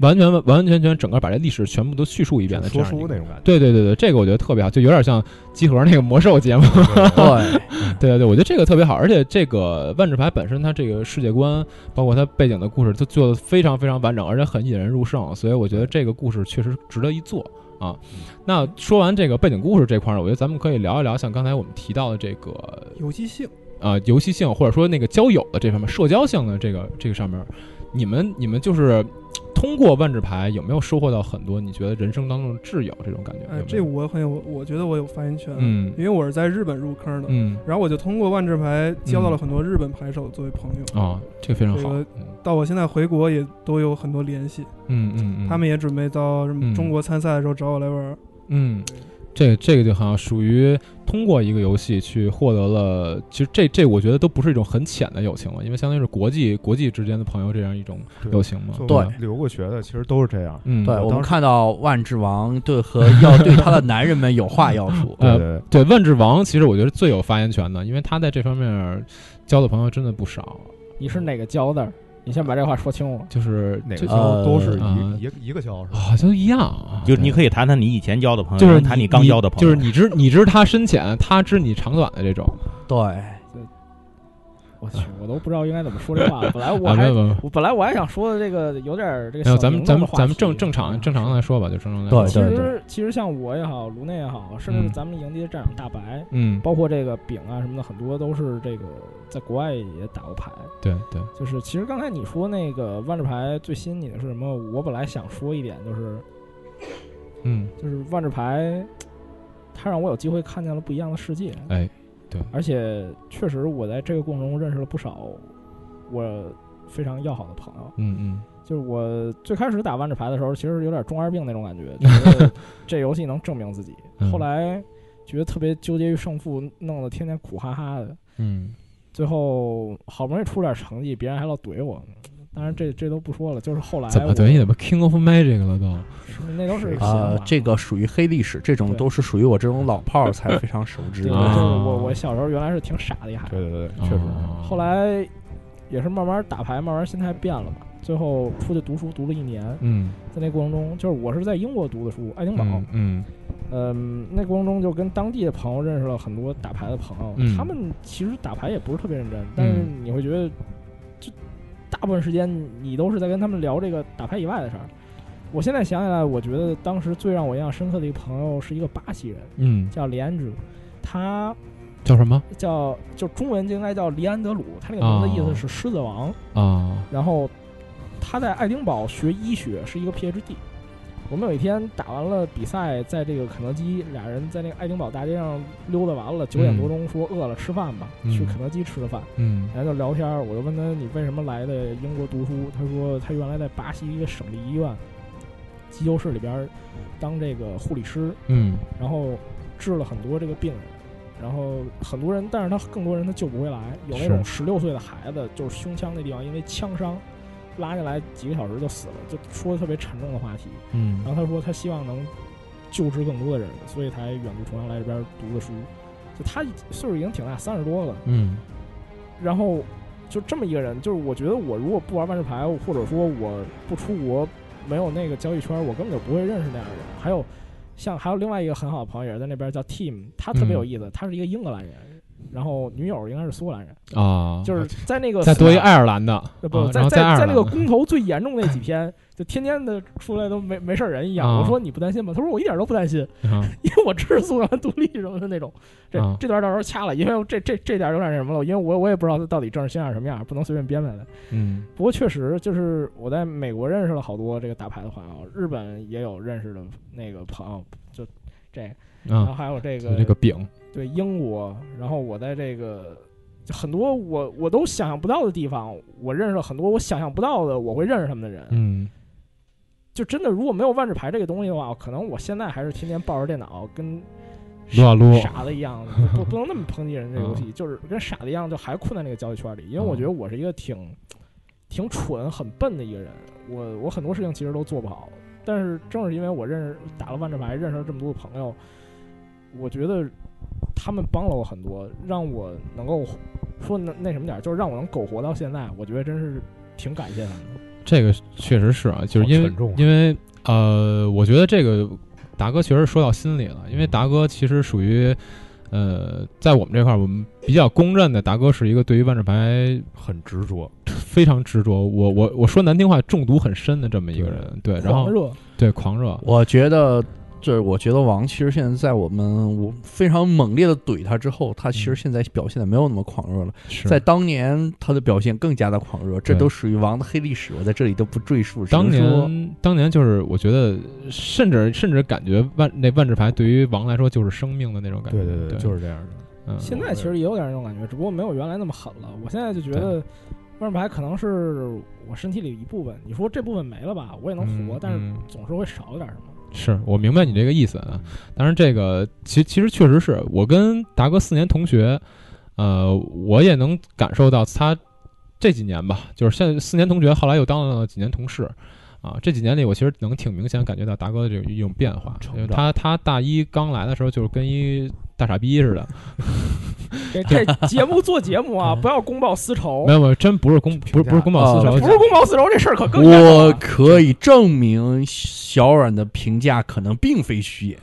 完全完完全全整个把这历史全部都叙述一遍的这说样一书个。那种感觉。对对对对，这个我觉得特别好，就有点像集合那个魔兽节目。对，对对对，我觉得这个特别好，而且这个呃万智牌本身它这个世界观，包括它背景的故事，都做的非常非常完整，而且很引人入胜，所以我觉得这个故事确实值得一做啊。嗯那说完这个背景故事这块儿呢，我觉得咱们可以聊一聊像刚才我们提到的这个游戏性呃游戏性或者说那个交友的这方面，社交性的这个这个上面，你们你们就是通过万智牌有没有收获到很多你觉得人生当中的挚友这种感觉？哎有，没这有我很有，我觉得我有发言权，嗯因为我是在日本入坑的，嗯然后我就通过万智牌交到了很多日本牌手作为朋友，啊、这个非常好，这个嗯到我现在回国也都有很多联系，嗯嗯嗯，他们也准备到什么嗯中国参赛的时候找我来玩儿，嗯，这这个就好像属于通过一个游戏去获得了，其实这这我觉得都不是一种很浅的友情了，因为相当于是国际国际之间的朋友这样一种友情嘛。作对为留过学的其实都是这样。嗯，，对我们当时看到万智王对和要对他的男人们有话要说呃对对对，万智王其实我觉得最有发言权的，因为他在这方面交的朋友真的不少，你是哪个教的？你先把这话说清楚。就是哪就个胶都是呃一一个一个胶是吧？好像一样啊，就是你对可以谈谈你以前交的朋友，就是谈你刚交的朋就友，是你知你知他深浅，他知你长短的这种。对，我去，我都不知道应该怎么说这话。本来我啊，没还有没有，我本来我还想说的这个有点儿这个没有，小咱们明咱白的们话咱们题啊嗯正正常正常来说吧，就正常来对说。其对实其实像我也好，卢内也好，甚至嗯咱们营地的站长大白，嗯，包括这个饼啊什么的，很多都是这个在国外也打过牌。对对，就是其实刚才你说那个万智牌最吸引你的是什么？我本来想说一点，就是嗯，就是万智牌，它让我有机会看见了不一样的世界，哎。而且确实我在这个过程中认识了不少我非常要好的朋友。嗯嗯就是我最开始打万智牌的时候，其实有点中二病那种感觉，觉 得这游戏能证明自己。嗯后来觉得特别纠结于胜负，弄得天天苦哈哈的。嗯，最后好不容易出点成绩，别人还老怼我。当然这这都不说了，就是后来怎么我对？你怎么 King of Magic 了都？是那都是啊、闲话这个属于黑历史，这种对都是属于我这种老炮儿才非常熟知对，就的。是啊我我小时候原来是挺傻的一孩对子，对对，确实。哦后，来也是慢慢打牌，慢慢心态变了吧。最后出去读书读了一年，嗯，在那过程中，就是我是在英国读的书，爱丁堡。嗯嗯嗯，那过程中就跟当地的朋友认识了很多打牌的朋友，嗯他们其实打牌也不是特别认真，但是你会觉得，就大部分时间你都是在跟他们聊这个打牌以外的事儿。我现在想起来，我觉得当时最让我印象深刻的一个朋友是一个巴西人，嗯，叫李安德鲁，他叫什么叫就中文就应该叫李安德鲁，他那个名字意思是狮子王。啊？然后他在爱丁堡学医学，是一个 PhD。我们有一天打完了比赛，在这个肯德基，俩人在那个爱丁堡大街上溜达完了，九点多钟说饿了吃饭吧，嗯去肯德基吃的饭，嗯然后就聊天儿。我就问他你为什么来的英国读书，他说他原来在巴西一个省立医院急救室里边儿当这个护理师，嗯然后治了很多这个病人，然后很多人，但是他更多人他救不回来，有那种十六岁的孩子，就是胸腔那地方因为枪伤，拉下来几个小时就死了，就说的特别沉重的话题。嗯然后他说他希望能救治更多的人，所以才远渡重洋来这边读的书。就他岁数已经挺大，三十多了，嗯然后就这么一个人，就是我觉得我如果不玩万智牌，或者说我不出国，没有那个交易圈，我根本就不会认识那样的人。还有像还有另外一个很好的朋友也是在那边叫 Tim，他特别有意思，他是一个英格兰人，然后女友应该是苏格兰人，啊，就是在那个再多一爱尔兰的， 呃不、啊然在后在爱尔在兰那个的公投最严重那几天，就天天的出来都没没事儿人一样。啊我说你不担心吗？他说我一点都不担心，啊因为我支持苏格 兰独立什么的那种。这、啊这段到时候掐了，因为这这这点有点那什么了，因为我我也不知道他到底政治倾啊向是什么样，不能随便编排的。嗯不过确实就是我在美国认识了好多这个打牌的朋友，日本也有认识的那个朋友，就这，然后啊，还有这个就这个饼，对英国，然后我在这个很多我我都想象不到的地方，我认识了很多我想象不到的，我会认识他们的人。嗯就真的如果没有万智牌这个东西的话，可能我现在还是天天抱着电脑跟撸啊撸嗯傻子一样， 不不能那么抨击人这游戏，就是跟傻子一样，就还困在那个交际圈里。因为我觉得我是一个挺挺蠢、很笨的一个人，我我很多事情其实都做不好。但是正是因为我认识打了万智牌，认识了这么多朋友，我觉得他们帮了我很多，让我能够说那那什么点儿，就是让我能苟活到现在，我觉得真是挺感谢他们的。这个确实是啊，就是因好为沉重啊因为呃，我觉得这个达哥确实说到心里了，因为达哥其实属于呃，在我们这块儿，我们比较公认的达哥是一个对于万智牌很执着，非常执着，我我我说难听话，中毒很深的这么一个人，对，然后狂热，对狂热，我觉得这，我觉得王其实现在在我们我非常猛烈的怼他之后，他其实现在表现的没有那么狂热了，嗯是在当年他的表现更加的狂热，这对都属于王的黑历史，我在这里都不赘述。只当能说年当年就是我觉得，甚至甚至感觉万那万智牌对于王来说就是生命的那种感觉，对对对，对，就是是这样的。嗯，现在其实也有点那种感觉，只不过没有原来那么狠了。我现在就觉得，万智牌可能是我身体里的一部分。你说这部分没了吧，我也能活，嗯但是嗯总是会少一点什么。是我明白你这个意思啊。当然，这个其其实确实是我跟达哥四年同学，呃，我也能感受到他这几年吧，就是现在四年同学，后来又当了几年同事。啊，这几年里，我其实能挺明显感觉到达哥的这种一种变化。因为他他大一刚来的时候，就是跟一大傻逼似的，这这 节目做节目啊，不要公报私仇没，有，没有，真不是公不是不是公报私啊仇，不是公报私仇这事儿可更严重我了。可以证明小阮的评价可能并非虚言。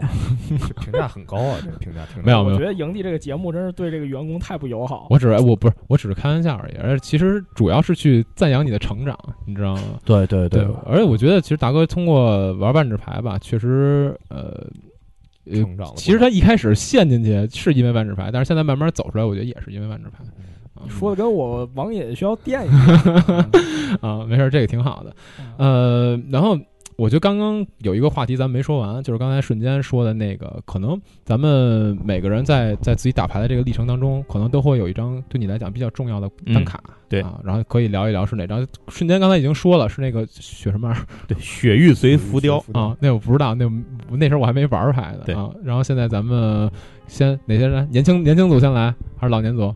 评价很高啊，这个评价挺没有没我有觉，得营地这个节目真是对这个员工太不友好。我只是我不是我只是开玩笑而已，而其实主要是去赞扬你的成长，你知道吗？对对对，而且我觉得其实达哥通过玩万智牌吧，确实呃呃，成长了。其实他一开始陷进去是因为万智牌，但是现在慢慢走出来，我觉得也是因为万智牌。啊说的跟我王野需要垫一样，啊，没事儿，这个挺好的。呃，然后我觉得刚刚有一个话题咱们没说完，就是刚才瞬间说的那个，可能咱们每个人在在自己打牌的这个历程当中，可能都会有一张对你来讲比较重要的单卡，对啊，然后可以聊一聊是哪张。瞬间刚才已经说了，是那个雪什么玩意对，雪域随浮雕，儿啊，那我不知道，那我那时候我还没玩儿牌对呢啊。然后现在咱们先哪些人？年轻年轻组先来，还是老年组？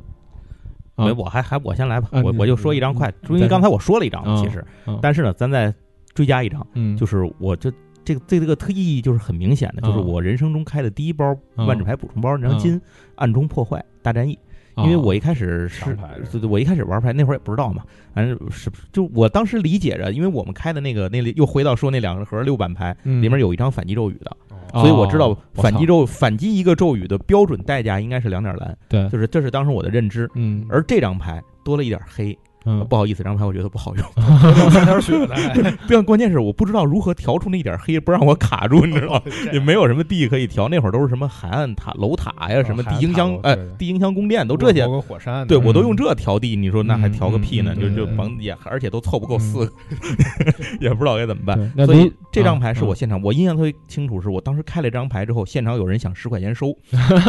啊没，我还还我先来吧，啊我你我就说一张快，你因为再刚才我说了一张嗯其实嗯，但是呢，咱再追加一张，嗯，就是我这这个这这个特意义就是很明显的，就是嗯我人生中开的第一包嗯万智牌补充包那张金暗中破坏大战役，啊因为我一开始是上牌是吧对对，我一开始玩牌那会儿也不知道嘛，反正是就我当时理解着，因为我们开的那个那里又回到说那两盒六版牌嗯里面有一张反击咒语的，哦所以我知道我反击操咒反击一个咒语的标准代价应该是两点蓝，对，就是这是当时我的认知。嗯而这张牌多了一点黑，嗯不好意思，这张牌我觉得不好用。加点血的，关关键是我不知道如何调出那一点黑，不让我卡住，你知道吗？也没有什么地可以调，那会儿都是什么海岸塔、楼塔哦呀，什么地海岸形塔箱楼，哎对对，地形箱宫殿都这些包。括火山，对，我都嗯用这调地，你说那还调个屁呢？嗯嗯就嗯就嗯甭也，而且都凑不够四个， 也不知道该怎么办。对那所以卢这张牌是我啊现场，我印象特别清楚，是我当时开了一张牌之后，现场有人想十块钱 收，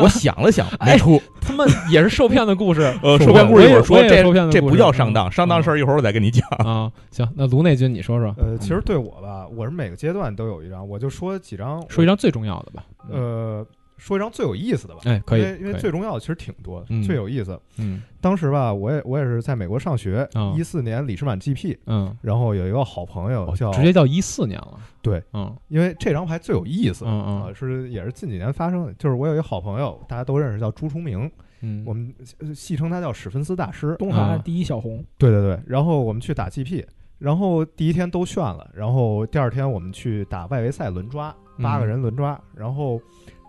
我想了想，没出。，哎他们也是受骗的故事呃，受收骗故事一会我儿也说我也这受骗的这故不事嗯叫上当，上当事儿一会儿我再跟你讲。 啊。行，那卢内军你说嗯说，呃，其实对我吧，我是每个阶段都有一张，我就说几张，说一张最重要的吧。呃，说一张最有意思的吧，哎，可以因为，因为可以最重要的其实挺多嗯的，最有意思。嗯当时吧，我也我也是在美国上学啊，一四年里士满 GP，嗯，然后有一个好朋友叫，直接到一四年了。哦对，嗯因为这张牌最有意思。嗯啊，嗯是也是近几年发生的，就是我有一个好朋友，大家都认识，叫朱崇明，嗯，我们呃戏称他叫史芬斯大师。东海岸第一小嗯红，对对对，然后我们去打 GP，然后第一天都炫了，然后第二天我们去打外围赛轮抓，八个人轮抓，然后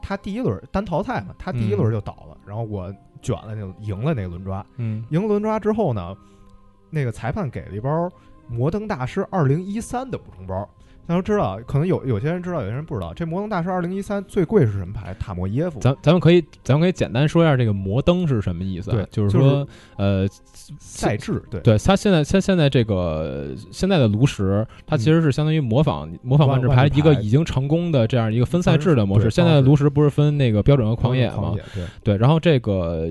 他第一轮单淘汰嘛，他第一轮就倒了，然后我卷了那个赢了那个轮抓，嗯赢了轮抓之后呢，那个裁判给了一包摩登大师二零一三的补充包。大家都知道，可能有有些人知道，有些人不知道。这摩登大师二零一三最贵是什么牌？塔莫耶夫。咱咱们可以，咱们可以简单说一下这个摩登是什么意思啊？对就是就说，呃，赛制对对，它现在它现在这个现在的炉石，它其实是相当于模仿、模仿万万智嗯万牌智一个牌已经成功的这样一个分赛制的模式。对现在的炉石不是分那个标准和狂野吗？狂野对对，然后这个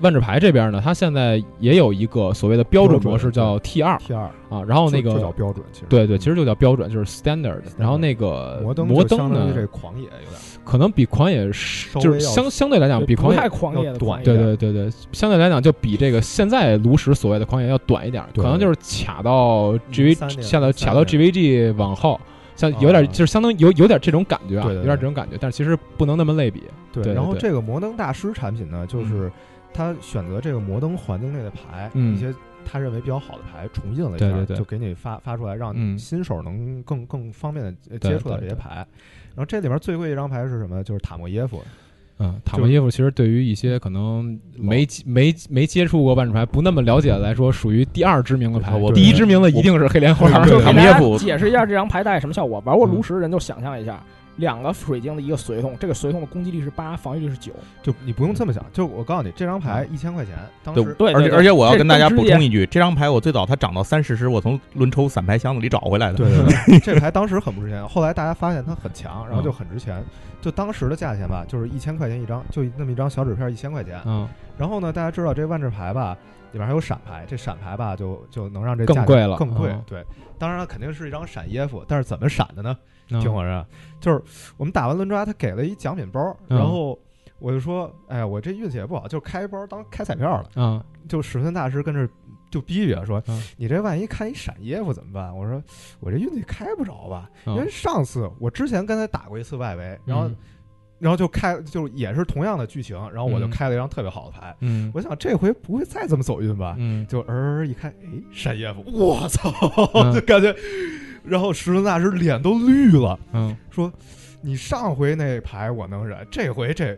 万智牌这边呢，它现在也有一个所谓的标准模式标准叫 T 二 T 二，啊，然后那就就叫个标准其实对对，其实就叫标准，就是 standard。然后那嗯个摩登呃摩就相登当于呢这，个狂野有点可能比狂野稍是微就是要相相对来讲哎比不狂野太狂野的狂野，对对对对，相对来讲就比这个现在炉石所谓的狂野要短一点儿，对可能就是卡到三年 GV，下到三卡到年 GVG 往后，像啊有点就是相当于有有点这种感觉啊，对对对有点这种感觉，但是其实不能那么类比。对对然后对这个摩登大师产品呢，就是他选择这个摩登环境内的牌，嗯一些他认为比较好的牌重印了一下，对对对就给你发发出来，让嗯新手能更更方便的对接触到对这些对牌。然后这里面最贵一张牌是什么？就是塔莫耶夫，嗯，塔莫耶夫其实对于一些可能没接没没接触过万智牌不那么了解的来说，属于第二知名的牌对我，第一知名的一定是黑莲 花。啊就对给塔大米耶家夫解释一下这张牌带什么效果。玩嗯过炉石的人就想象一下，两个水晶的一个随从，这个随从的攻击力是八，防御力是九，就你嗯不用这么想，就我告诉你，这张牌一千块钱，当对时对而且而且我要跟大家补这更充一句，这张牌我最早它涨到三十时，我从轮抽散牌箱子里找回来的。对对对，这牌当时很不值钱，后来大家发现它很强，嗯然后就很值钱。就当时的价钱吧，就是一千块钱一张，就那么一张小纸片，一千块钱。嗯，然后呢，大家知道这万智牌吧，里面还有闪牌，这闪牌吧就就能让这更价格贵了更贵。嗯对，当然了，肯定是一张闪耶夫，但是怎么闪的呢？嗯听我这，啊就是我们打完轮抓，他给了一奖品包，嗯然后我就说，哎呀，我这运气也不好，就开包当开彩票了。嗯就史芬大师跟这儿就逼逼我说：“嗯你这万一看一闪耶夫怎么办？”我说：“我这运气开不着吧，嗯因为上次我之前跟他打过一次外围，然后、嗯然后就开就是也是同样的剧情，然后我就嗯开了一张特别好的牌，嗯我想这回不会再这么走运吧？嗯就儿一看，哎，闪耶夫，我操，嗯 就感觉，然后史芬大师脸都绿了，嗯，说。”你上回那牌我能忍，这 回这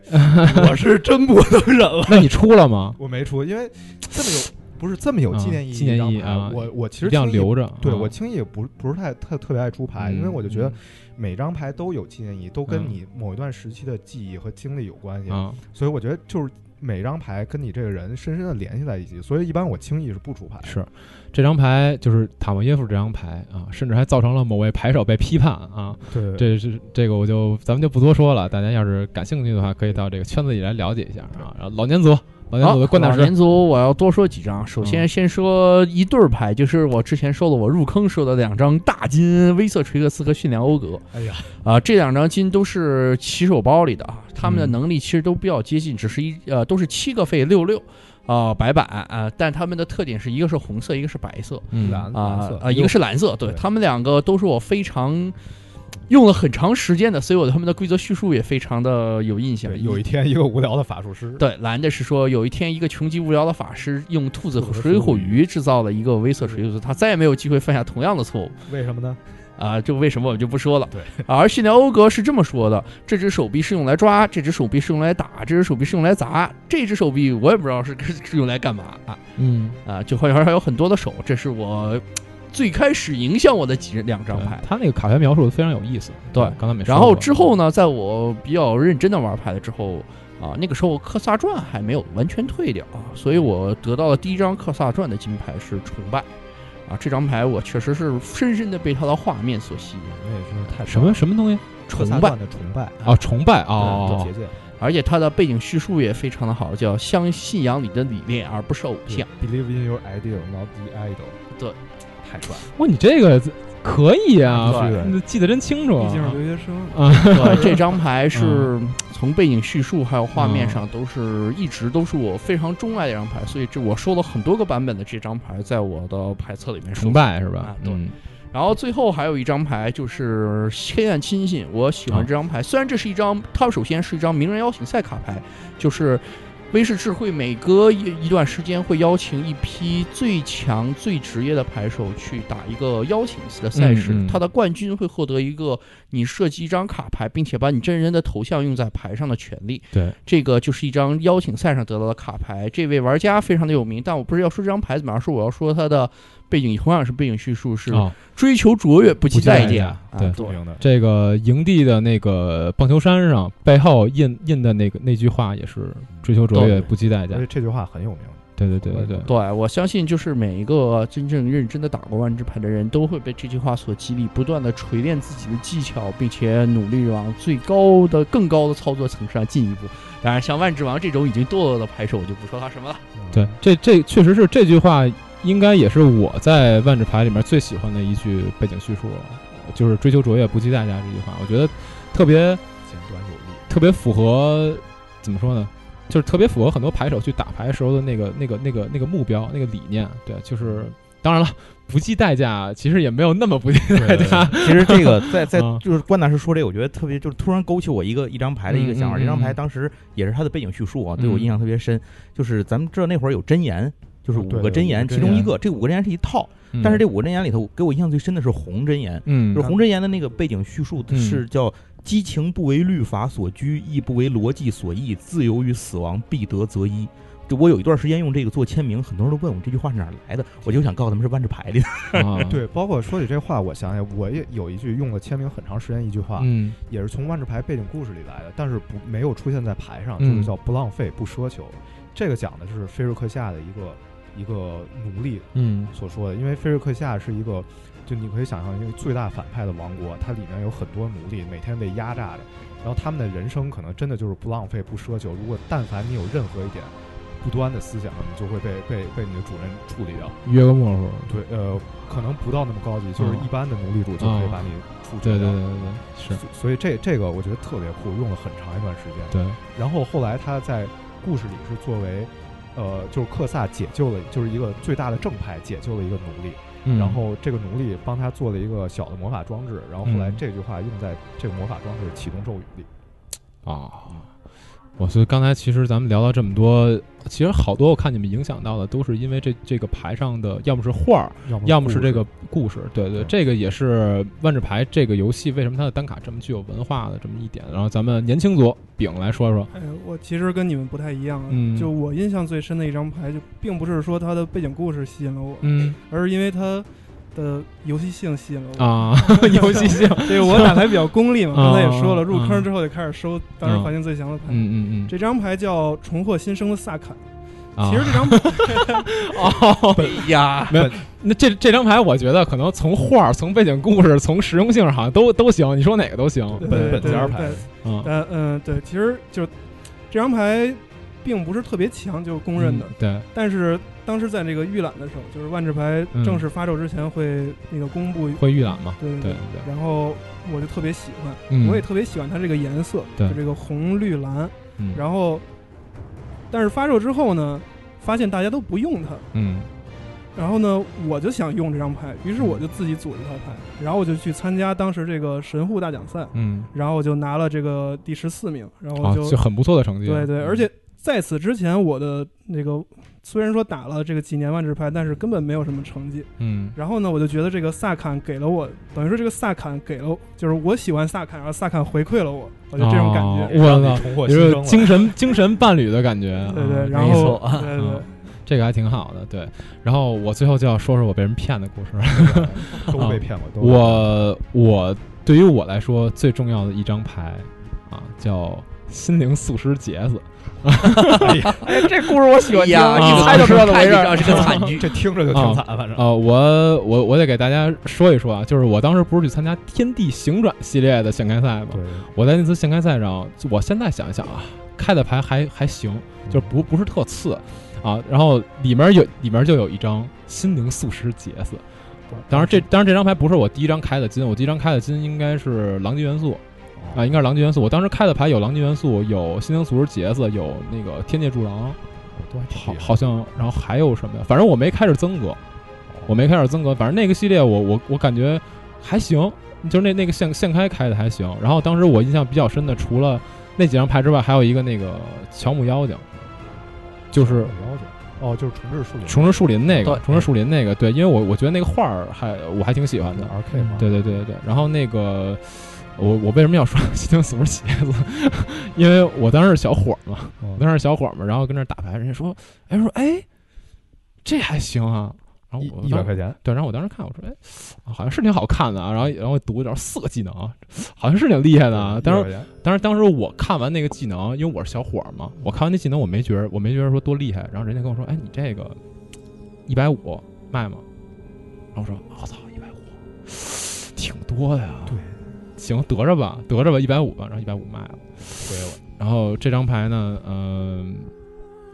我是真不能忍了。那你出了吗？我没出，因为这么有不是这么有纪念意啊义纪念一张意义牌啊我我其一实定要轻易留着。对啊我轻易也不不是太特特别爱出牌，因为我就觉得每张牌都有纪念意义，都跟嗯你某一段时期的记忆和经历有关系，啊，所以我觉得就是每张牌跟你这个人深深的联系在一起，所以一般我轻易是不出牌。是这张牌就是塔莫耶夫这张牌啊，甚至还造成了某位牌手被批判啊。对这是这个我就咱们就不多说了，大家要是感兴趣的话，可以到这个圈子里来了解一下啊。然后老年组，老年好，组的关大哦老师年组我要多说几张。首先嗯先说一对儿牌，就是我之前说的，我入坑说的两张大金威瑟垂克斯和驯良欧格。哎呀，啊，这两张金都是骑手包里的啊，他们的嗯能力其实都比较接近，只是一呃都是七个费六六。啊、白板啊、但他们的特点是一个是红色，一个是白色嗯蓝蓝啊色啊、一个是蓝色，对对他们两个都是我非常用了很长时间的，所以我对他们的规则叙述也非常的有印象。对有一天一个无聊的法术师，对，蓝的是说有一天一个穷极无聊的法师用兔子兔子水水嗯浒浒鱼制造了一个威瑟水浒，他再也没有机会犯下同样的错误为什么呢？啊！这为什么我就不说了。对啊，而训练欧格是这么说的：这只手臂是用来抓，这只手臂是用来打，这只手臂是用来砸，这只手臂我也不知道是 是用来干嘛啊嗯，啊！就好像还有很多的手，这是我最开始影响我的几两张牌对。他那个卡牌描述的非常有意思。对刚才没说过。然后之后呢，在我比较认真的玩牌了之后，啊，那个时候克萨传还没有完全退掉啊，所以我得到的第一张克萨传的金牌是崇拜，啊，这张牌我确实是深深的被它的画面所吸引，那也真是太什么什么东西可崇萨拜段，的崇拜啊？崇拜对哦结，界而且它的背景叙述也非常的好，叫相信仰你的理念而不是偶对像。 ，Believe in your ideal, not the idol。对，太 帅了，哇，你这个可以啊，对你记得真清楚毕竟是啊。留学生，对，这张牌 是嗯从背景叙述还有画面上都是一直都是我非常钟爱的一张牌，所以这我收了很多个版本的这张牌，在我的牌册里面收崇拜是吧啊？对嗯然后最后还有一张牌就是黑暗亲信，我喜啊欢这张牌。虽然这是一张，它首先是一张名人邀请赛卡牌，就是威士智慧每隔一一段时间会邀请一批最强、最职业的牌手去打一个邀请的赛事，嗯嗯它的冠军会获得一个你设计一张卡牌，并且把你真人的头像用在牌上的权利。对，这个就是一张邀请赛上得到的卡牌。这位玩家非常的有名，但我不是要说这张牌怎么样，是我要说他的背景同样是背景叙述，是啊，追求卓越，不计不计代代价。价啊对对明的。这个营地的那个呃棒球衫上背后印印的那个那句话也是追求卓越，对不计代价而且。这句话很有名，对对对对对，对，我相信就是每一个真正认真的打过万智牌的人都会被这句话所激励，不断的锤炼自己的技巧，并且努力往最高的、更高的操作层次上进一步。当然，像万智王这种已经堕落的牌手，我就不说他什么了。对，这这确实是这句话，应该也是我在万智牌里面最喜欢的一句背景叙述了，就是“追求卓越，不计代价”这句话，我觉得特别简短有力。特别符合，怎么说呢？就是特别符合很多牌手去打牌时候的那个、那个、那个、那个目标、那个理念。对，就是当然了，不计代价其实也没有那么不计代价。 其实这个 在在嗯就是关大师说这个，我觉得特别就是突然勾起我一个一张牌的一个想法。嗯嗯嗯这张牌当时也是他的背景叙述啊，对我嗯印象特别深。就是咱们知道那会儿有真言，就是哦啊五对个对真五个言，真其中一言个这五个真言是一套， 但是这五个真言里头给我印象最深的是红真言，嗯就是红真言的那个背景叙述嗯是叫。激情不为律法所拘，亦不为逻辑所役，自由与死亡必得择一。就我有一段时间用这个做签名，很多人都问我这句话是哪儿来的，我就想告诉他们是万智牌 里的。 啊，对，包括说起这话，我想想，我也有一句用了签名很长时间一句话，嗯也是从万智牌背景故事里来的，但是不没有出现在牌上，嗯就是叫不浪费、不奢求。这个讲的就是菲瑞克夏的一个一个奴隶嗯所说的，因为菲瑞克夏是一个，就你可以想象一个最大反派的王国，它里面有很多奴隶，每天被压榨着，然后他们的人生可能真的就是不浪费、不奢求。如果但凡你有任何一点不端的思想，你就会被被被你的主人处理掉。约个沫糊。对，呃，可能不到那么高级，就是嗯一般的奴隶主就可以把你处决对对掉。对对对，是所所以这这个我觉得特别酷，用了很长一段时间。对，然后后来他在故事里是作为，呃，就是克萨解救了，就是一个最大的正派解救了一个奴隶，嗯然后这个奴隶帮他做了一个小的魔法装置，然后后来嗯这句话用在这个魔法装置启动咒语里。啊。我所以刚才其实咱们聊到这么多，其实好多我看你们影响到的都是因为这这个牌上的，要么是画儿，要么要么是这故个事嗯故事，对对，对这个也是万智牌这个游戏为什么它的单卡这么具有文化的这么一点。然后咱们年轻组丙来说说，哎，我其实跟你们不太一样啊，嗯就我印象最深的一张牌，就并不是说它的背景故事吸引了我，嗯而是因为它的游戏性吸引了 我。啊， 游 戏性，这个我打牌比较功 利嘛，啊刚才也说了，入嗯坑之后就开始收当时环境最强的牌。嗯嗯嗯，这张牌叫“重获新生的萨坎”，啊其实这 张牌哦，哎呀，那这这张牌，我觉得可能从画儿、从背景故事、从实用性好像都都行，你说哪个都行，对本对本家对牌对嗯，但嗯，对，其实就这张牌并不是特别强，就公认的。嗯对，但是当时在这个预览的时候，就是万智牌嗯正式发售之前会那个公布，会预览嘛，对对对对嗯然后我就特别喜欢，对，嗯我也特别喜欢它这个颜色，对就这个红绿蓝。嗯然后，但是发售之后呢，发现大家都不用它，嗯然后呢，我就想用这张牌，于是我就自己组了一套牌，然后我就去参加当时这个神户大奖赛，嗯，然后我就拿了这个第十四名，然后啊，就、就很不错的成绩，对对，而且在此之前，我的那个虽然说打了这个几年万智牌，但是根本没有什么成绩。嗯然后呢，我就觉得这个萨坎给了我，等于说这个萨坎给了，就是我喜欢萨坎，然后萨坎回馈了我，我就这种感哦觉。啊我操。重获就新是精生了。神精神伴侣的感觉，对啊对，然没后错嗯对对，这个还挺好的，对。然后我最后就要说说我被人骗的故事。都被骗过，都被骗啊过我我对于我来说最重要的一张牌啊，叫心灵素食节子。哎，这故事 我喜欢 哎听，呀，啊一你猜就知道怎么看回这事张儿。是个惨剧。这听着就挺惨， 反正啊，我我我得给大家说一说啊，就是我当时不是去参加天地行转系列的现开赛吗？对，我在那次现开赛上，我现在想一想啊，开的牌还还行，就不不是特次啊。然后里面有里面就有一张心灵素食节子。当然这当然这张牌不是我第一张开的金，我第一张开的金应该是狼藉元素啊，应该是狼藉元素。我当时开的牌有狼藉元素，有心灵素食节子，有那个天界柱狼，都还挺好厉害好像然后还有什么呀？反正我没开始增格，我没开始增格，反正那个系列我我我感觉还行，就是那那个现现开开的还行。然后当时我印象比较深的，除了那几张牌之外，还有一个那个乔姆妖精，就是了解哦，就是重置数理重生树林那个对，重生树林那个，对，因为我我觉得那个画儿还我还挺喜欢的。 R K 嘛，对对对对对。然后那个，我我为什么要说西京死不是茄子？ 因为我当时是小伙儿嘛，嗯我当时是小伙儿嘛，然后跟那儿打牌，人家说，哎说哎，这还行啊。然后我一一百当块钱，对，然后我当时看，我说，哎，啊好像是挺好看的啊。然后，然后读然后四个技能啊，好像是挺厉害的啊。但100是块钱当时当时我看完那个技能，因为我是小伙儿嘛，我看完那技能我没觉得我没觉得说多厉害，然后人家跟我说，哎，你这个一百五卖吗？然后我说，我、操，一百五，挺多的呀。对，行，得着吧，得着吧，一百五吧，然后一百五卖了。回我然后这张牌呢，嗯、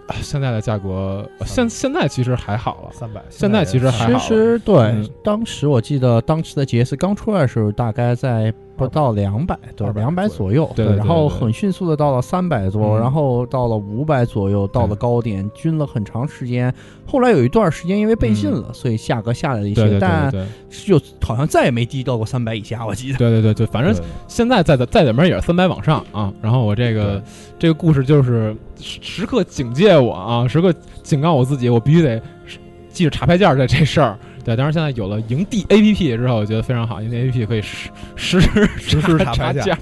啊现在的价格呃现现在其实还好了，三百。现在其实还好了了其实对嗯，当时我记得当时的 GS 刚出来的时候，大概在不到两百，对， 200两百左右，对对然后对对很迅速的到了三百多，嗯然后到了五百左右，到了高点，均了很长时间。后来有一段时间因为背信了，所以价格下来了一嗯对些，对对但对就好像再也没低到过三百以下，我记得。对对对对，反正对现在再怎再怎么着也是三百往上啊。然后我这个这个故事就是时时刻警戒我啊，时刻警告我自己，我必须得记着查牌价这这事儿。对，当然现在有了营地 APP 之后，我觉得非常好，因为 APP 可以实实时实时查牌价 价。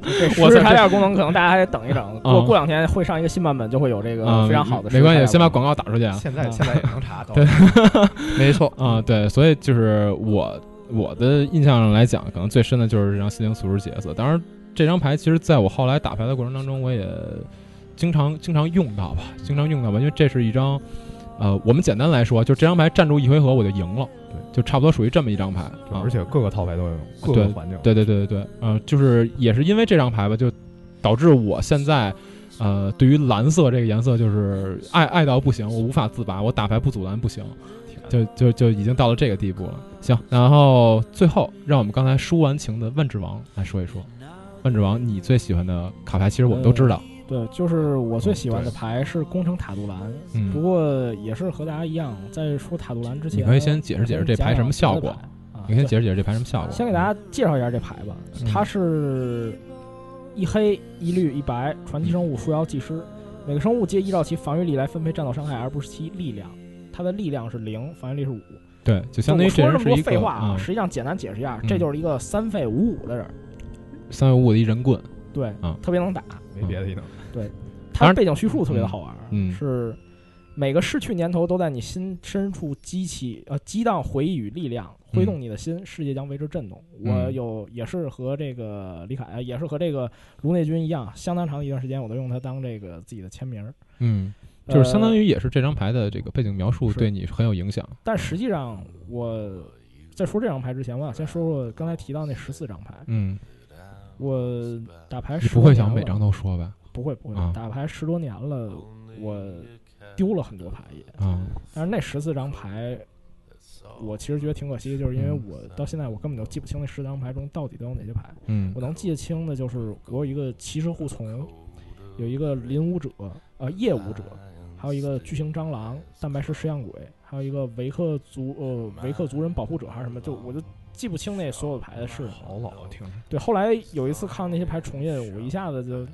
这我操实时查这价功能可能大家还等一等，过嗯过两天会上一个新版本，就会有这个嗯非常好的实时查价功能。没关系，先把广告打出去啊。现在现在也能查到，对 没错，啊，对，所以就是我我的印象上来讲，可能最深的就是这张心灵俗世角色。当然，这张牌其实在我后来打牌的过程当中，我也经常经常用到吧，经常用到吧，因为这是一张，呃，我们简单来说，就这张牌站住一回合我就赢了，就差不多属于这么一张牌啊。 而且各个套牌都有，各对个环境。对对对对对，呃，就是也是因为这张牌吧，就导致我现在，呃，对于蓝色这个颜色就是爱爱到不行，我无法自拔，我打牌不阻拦不行，就就就已经到了这个地步了。行，然后最后让我们刚才抒完情的万智王来说一说，万智王你最喜欢的卡牌，其实我们都知道，对，就是我最喜欢的牌是工程塔杜兰，嗯呃不过也是和大家一样，在说塔杜兰之前，你可以先解释解释这牌什么效果我先讲讲你别的牌啊先解释解释这牌什么效对果？先给大家介绍一下这牌吧，嗯它是一黑一绿一白，传奇生物扶摇技师，每个生物皆依照其防御力来分配战斗伤害，而不是其力量。它的力量是零，防御力是五。对，就相当于我这说人这么是多一废个话啊，啊实际上简单解释一下，嗯这就是一个三费五五的人，三五五的一人棍，对嗯，特别能打。没别的技能。它当然的背景叙述特别的好玩，嗯嗯是每个逝去年头都在你心深处激起呃激荡回忆与力量，挥动你的心，世界将为之震动。嗯我有也是和这个李凯，呃也是和这个卢内军一样，相当长一段时间我都用它当这个自己的签名儿，嗯，就是相当于。于也是这张牌的这个背景描述呃是对你很有影响，但实际上我。在说这张牌之前，我想先说说刚才提到那十四张牌。嗯。我打牌你十不多会年想每了张都说吧？不会不会、啊打牌十多年了，我丢了很多牌也。啊，但是那十四张牌，我其实觉得挺可惜，就是因为嗯我到现在我根本就记不清那十张牌中到底都有哪些牌。嗯我能记得清的就是我有一个骑士护从，有一个林舞者，呃，夜舞者，还有一个巨型蟑螂、蛋白石食样鬼，还有一个维克族呃维克族人保护者还是什么，就我就记不清那所有的牌是什么。好老听着，对，后来有一次看到那些牌重印，我一下子就，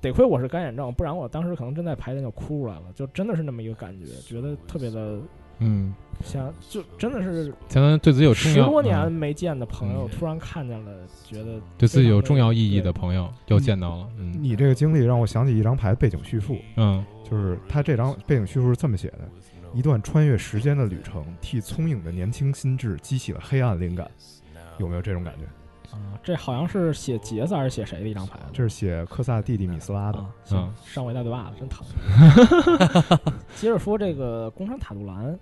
得亏我是干眼症，不然我当时可能真在牌店就哭出来了，就真的是那么一个感觉，觉得特别的嗯，像，就真的是相当于对自己有重十要多年嗯没见的朋友嗯突然看见了，觉得对自己有非常的重要意义的对朋友又见到了，嗯你这个经历让我想起一张牌背景叙述，嗯就是他这张背景叙述是这么写的：一段穿越时间的旅程，替聪颖的年轻心智激起了黑暗灵感。有没有这种感觉？啊，这好像是写杰子还是写谁的一张牌？这是写科萨弟弟米斯拉的，啊，嗯行，上我一大嘴巴子， 真疼。接着说这个工商塔杜兰，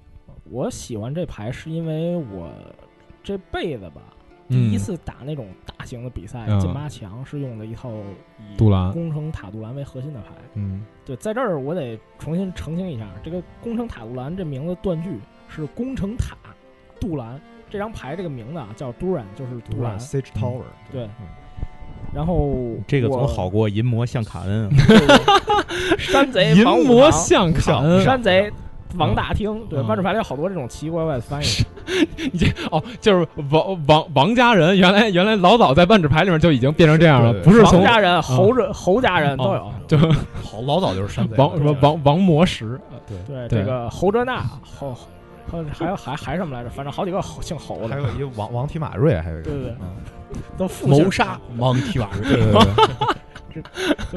我喜欢这牌是因为我这辈子吧，第一嗯次打那种大型的比赛嗯进八强是用的一套以杜兰工程塔杜兰为核心的牌。嗯对，在这儿我得重新澄清一下，这个工程塔杜兰这名字断句是工程塔杜兰这张牌这个名字啊叫杜兰，就是杜兰。 Sage Tower，嗯对，然后这个哦我总好过淫魔像卡恩啊，山贼淫防武魔堂像卡恩，嗯山贼王大厅，对，嗯万智牌里有好多这种奇奇怪怪的翻译。 哦，就是王王王家人，原来原来老早在万智牌里面就已经变成这样了，对对不是王从家人、侯人、侯家人都有。就好老早就是山贼王什么王王魔石，对对，这个侯哲纳、侯，还还有还还什么来着？反正好几个侯姓侯还的，有一个王王提马瑞，还有一个对对对嗯都父姓 谋杀嗯蒙提瓦瑞，对对对对，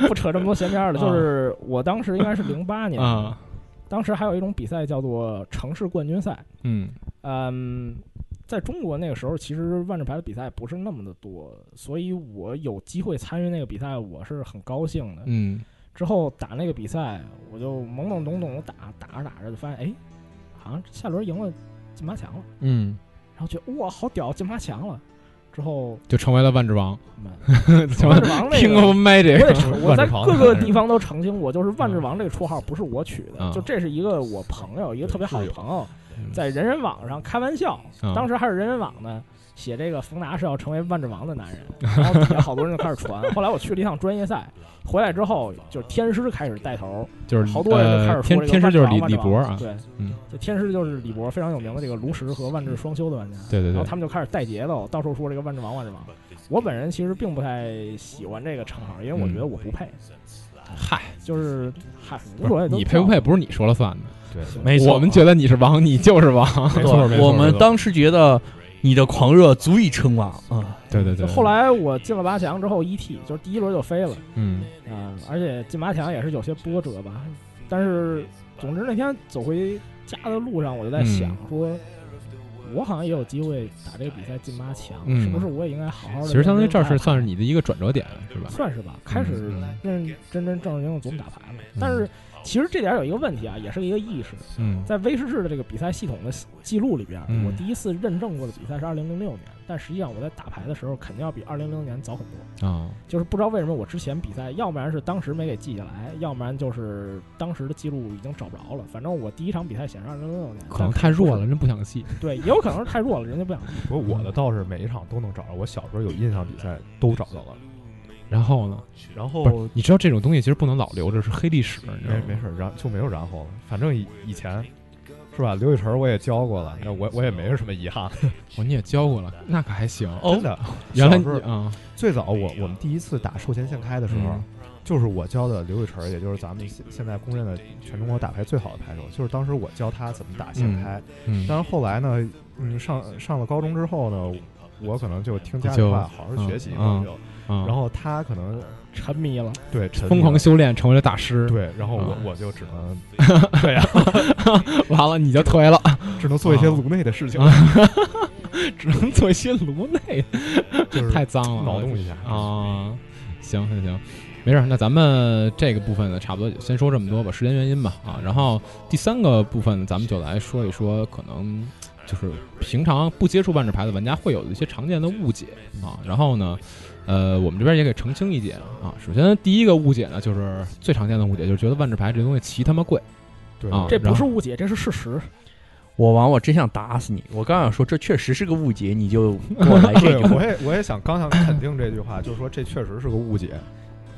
就不扯这么多闲篇了。啊 就是我当时应该是零八年，啊当时还有一种比赛叫做城市冠军赛，嗯嗯，在中国那个时候，其实万智牌的比赛不是那么的多，所以我有机会参与那个比赛，我是很高兴的。嗯之后打那个比赛，我就懵懵懂懂的打，打着打着就发现，哎，好像下轮赢了金马强了，嗯，然后觉得哇，好屌，金马强了。之后，就成为了万智王嗯 成为万了智王那，King of 个。我 Magic。得澄， 我在万智王各还个是嗯地方都澄清，我就是万智王这个绰号不是我取的嗯，就这是一个我朋友，一个特别好的朋友，在人人网上开玩笑，嗯当时还是人人网呢，写这个冯达是要成为万智王的男人，然后底下好多人就开始传。后来我去了一趟专业赛，回来之后就是天师开始带头，就是好多人就开呃始天说这个天师就是李万李智王博啊，对，嗯，这天师就是李博非常有名的这个炉石和万智双修的玩家。对对然对后，他们就开始带节奏，到处说这个万智王万智王。我本人其实并不太喜欢这个称号，因为我觉得我不配。嗯嗨，就是嗨，不无是所谓。你配不配？不是你说了算的，对，没错，我们觉得你是王，你就是王。没错，没错我们当时觉得你的狂热足以称王啊，对对对，后来我进了八强之后，ET 就是第一轮就飞了。嗯啊、而且进八强也是有些波折吧。但是，总之那天走回家的路上，我嗯就在想说，我好像也有机会打这个比赛进八强，嗯是不是我也应该好好的？其实相当于这是算是，你的一个转折点，是吧？算是吧，开始嗯嗯认真真正正经的总打牌了。但是，其实这点有一个问题啊，也是一个意识，嗯在威士忌的这个比赛系统的记录里边，嗯我第一次认证过的比赛是二零零六年，但实际上我在打牌的时候肯定要比二零零年早很多。啊，就是不知道为什么我之前比赛，要不然是当时没给记下来，要不然就是当时的记录已经找不着了。反正我第一场比赛显示二零零六年，可能太弱了，，人不想戏。对，也有可能是太弱了，人家不 想。不过我的倒是每一场都能找着，我小时候有印象比赛都找到了。然后呢？然不后是，你知道这种东西其实不能老留着，是黑历史，你知道没吗？没事，然就没有然后了。反正以以前是吧，刘雨辰我也教过了，那我我也没有什么遗憾。我你也教过了，那可还行。真的，原来哦小时候你啊，最早我我们第一次打寿前限开的时候，嗯就是我教的刘雨辰，也就是咱们现现在公认的全中国打牌最好的牌手，就是当时我教他怎么打限开。嗯，但是后来呢，嗯，上上了高中之后呢，我可能就听家里就话，好好学习，嗯就啊然后他可能沉迷了，对沉迷疯狂了修炼，成为了大师。对，然后我、啊我就只能完了啊你就颓了，只能做一些嗯颅内的事情， 只能做一些颅内，就是太脏了，脑洞一下。啊，行行行，没事儿，那咱们这个部分呢，差不多就先说这么多吧，时间原因吧啊。然后第三个部分，咱们就来说一说，可能就是平常不接触万智牌的玩家会有的一些常见的误解啊。然后呢，呃，我们这边也给澄清一点啊。首先第一个误解呢，就是最常见的误解，就是觉得万智牌这东西奇他妈贵，对啊。这对不是误解，这是事实。我王，我真想打死你！我刚想说，这确实是个误解，你就给我来这 对，句话。我也我也想刚想肯定这句话，就是说这确实是个误解，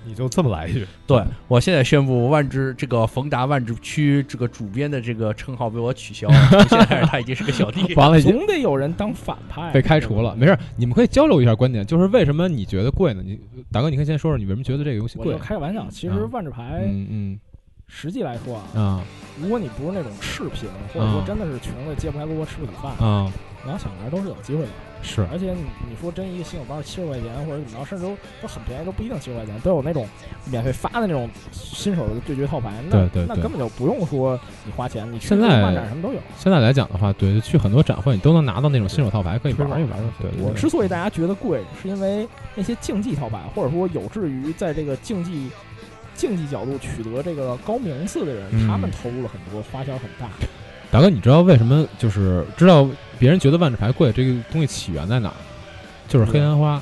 你就这么来一句，对我现在宣布，万智这个冯达万智区这个主编的这个称号被我取消了， 从现在开始他已经是个小弟完了已经总得有人当反派，哎被开除了。没事儿，你们可以交流一下观点，就是为什么你觉得贵呢？你大哥，你可以先说说你为什么觉得这个游戏我贵就？开个玩笑，其实嗯万智牌嗯实际来说啊，嗯啊如果你不是那种赤贫，或者说真的是穷的揭不开锅吃不起饭，啊你要想玩都是有机会的。是。而且你你说真一个新手包七十块钱或者怎么着，甚至都都很便宜，都不一定七十块钱，都有那种免费发的那种新手的对决套牌，那对对那对根本就不用说你花钱，你去现在漫展什么都有。现在来讲的话，对，去很多展会你都能拿到那种新手套牌，可以玩一玩。对，我对之所以大家觉得贵，是因为那些竞技套牌，或者说有志于在这个竞技竞技角度取得这个高名次的人，嗯他们投入了很多，花销很大。 大哥，你知道为什么就是知道别人觉得万智牌贵这个东西起源在哪儿吗？就是黑兰花，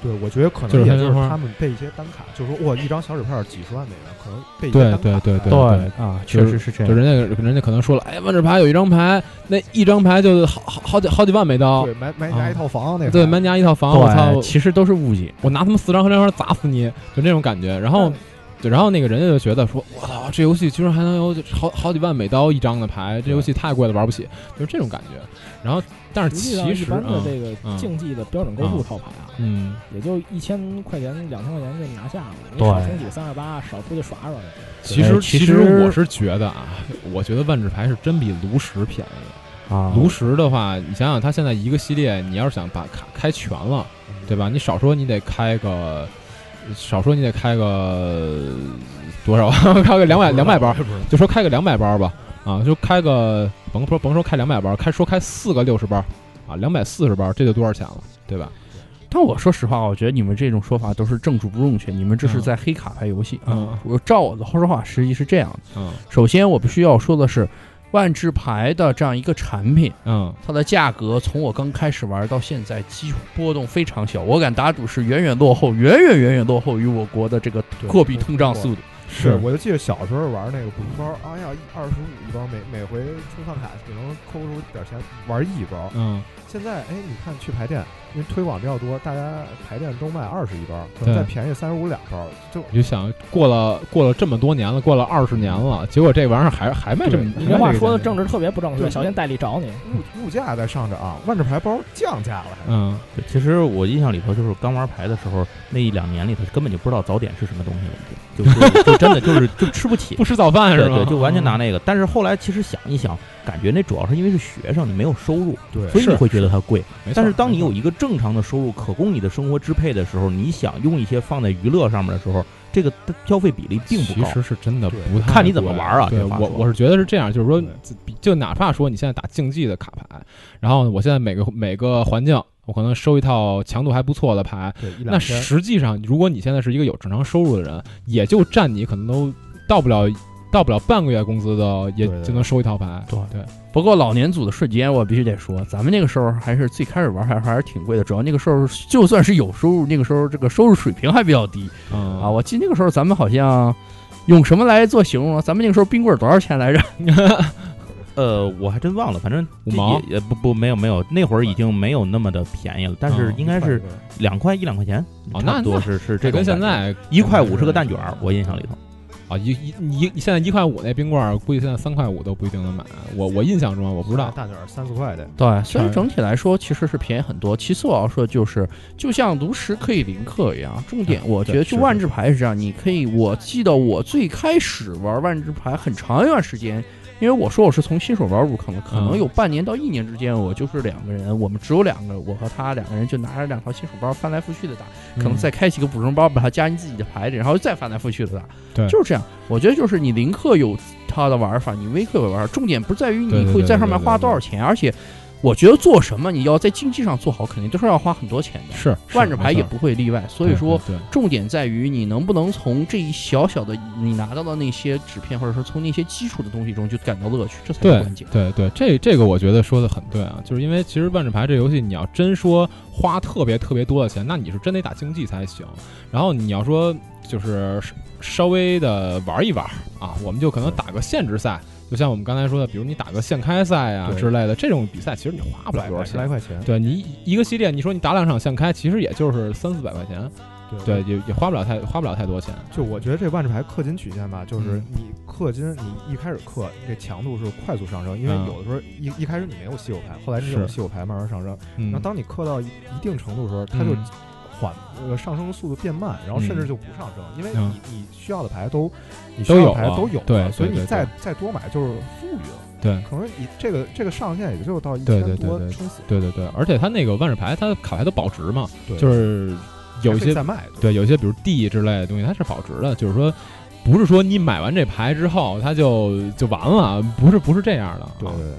对，我觉得可能就是也黑就莲是花他们被一些单卡，就是说哇，一张小纸片几十万美元，可能被一对些单卡对对对啊，就是确实是这就样。人家人家可能说了，哎，万智牌有一张牌，那一张牌就好好好几好几万美刀，对买买啊家一套房那个，对，搬家一套房，我操对，，其实都是误解。我拿他们四张黑兰花砸死你，就那种感觉。然后，对，然后那个人家就觉得说，我操，这游戏居然还能有好好几万美刀一张的牌，这游戏太贵了，玩不起，就是这种感觉。然后，但是实际上，其一实般的嗯这个嗯竞技的标准构筑套牌啊，嗯，也就一千块钱、两千块钱就拿下了。你少对充几个三二八，少出去耍耍去。其实哎其其实我是觉得啊，我觉得万智牌是真比炉石便宜。啊炉石的话，你想想，它嗯现在一个系列，你要是想把卡开全了，对吧？你少说你得开个少说你得开个多少？ 开个两百两百包，就说开个两百包吧，啊，就开个甭说甭说开两百包，开说开四个六十包，啊，两百四十包，这就多少钱了，对吧？ 但我说实话，我觉得你们这种说法都是政治不正确，你们这是在黑卡牌游戏啊。嗯我照我的说话，实际是这样的。嗯首先，我必须要说的是，万智牌的这样一个产品，嗯它的价格从我刚开始玩到现在，几乎波动非常小。我敢打赌是远远落后，远远远远落后于我国的这个货币通胀速度。是，我就记得小时候玩那个补习包，哎呀，一二十五一包，每每回充饭卡只能抠出点钱玩一包。嗯，现在哎，你看去排店，因为推广比较多，大家排店都卖二十一包，可能再对便宜三十五两包，就你就想过了过了这么多年了，过了二十年了，结果这玩意儿还还卖这么，你这话说的正，政治特别不正确，对小心代理找你。物物价在上涨，万智牌包降价了还。嗯对，其实我印象里头就是刚玩牌的时候，那一两年里头根本就不知道早点是什么东西，就就就真的就是就吃不起，不吃早饭对 是吧？嗯对，就完全拿那个。但是后来其实想一想，感觉那主要是因为是学生，你没有收入，对所以你嗯是会觉得它贵。没错。但是当你有没错一个正常的收入可供你的生活支配的时候，你想用一些放在娱乐上面的时候，这个消费比例并不其高。实是真的对不太看你怎么贵玩儿啊对这话我说我是觉得是这样，就是说对，比就哪怕说你现在打竞技的卡牌，然后呢我现在每个每个环境，我可能收一套强度还不错的牌，对，一两那千。实际上如果你现在是一个有正常收入的人，也就占你可能都到不了到不了半个月工资的，也对对就能收一套牌。对对，不过老年组的瞬间，我必须得说，咱们那个时候还是最开始玩还还是挺贵的，主要那个时候就算是有收入，那个时候这个收入水平还比较低嗯啊。，我记得那个时候咱们好像用什么来做形容啊？咱们那个时候冰棍儿多少钱来着？呃，我还真忘了，反正五毛也也呃不不没有没有，那会儿已经没有那么的便宜了，但是嗯应该是对两块一两块钱，哦差那不多那是是这这跟种感觉。现在嗯一块五是个蛋卷儿，我印象里头。啊一一一现在一块五那冰棍儿，估计现在三块五都不一定能买。我我印象中啊，我不知道。大点儿三四块的，对，所以全整体来说其实是便宜很多。其次我要说就是，就像炉石可以零氪一样，重啊点我觉得就万智牌是这样，你可以，我记得我最开始玩万智牌很长一段时间，因为我说我是从新手玩入坑的，可嗯能有半年到一年之间，我就是两个人，我们只有两个，我和他两个人就拿着两套新手包翻来覆去的打，可能嗯再开启个补充包，把它加进自己的牌里，然后再翻来覆去的打。对就是这样。我觉得就是你零氪有它的玩法，你微氪有玩法，重点不在于对你对会对在上对面对花对多少钱，而且我觉得做什么，你要在经济上做好，肯定都是要花很多钱的。是是万智牌没也错不会例外，所以对说对对重点在于你能不能从这一小小的你拿到的那些纸片，或者说从那些基础的东西中就感到乐趣，这才是对关键。对对，这这个我觉得说的很对啊，就是因为其实万智牌这游戏，你要真说花特别特别多的钱，那你是真得打竞技才行。然后你要说就是稍稍微的玩一玩啊，我们就可能打个限制赛，就像我们刚才说的，比如你打个现开赛啊对之类的这种比赛，其实你花不了百多少百十来钱。块钱。对你一个系列，你说你打两场现开，其实也就是三四百块钱，对，，也也花不了太花不了太多钱。就我觉得这万智牌氪金曲线吧，就是嗯你氪金，你一开始氪，这强度是快速上升，因为嗯有的时候一一开始你没有稀有牌，后来你是有稀有牌慢慢上升，嗯然后，当你氪到一一定程度的时候，它就嗯缓呃上升速度变慢，然后甚至就不上升，因为嗯你你需要的牌都你需都要有的牌了都有对了，所以对你对再再多买就是富裕了，对。可能你这个这个上限也就到一对千对对多对撑死，对对对，而且它那个万智牌，它卡牌都保值嘛，对就是有一还可以些再卖，对有一些比如地之类的东西，它是保值的，就是说不是说你买完这牌之后它就就完了，不是不是这样的啊，对对对。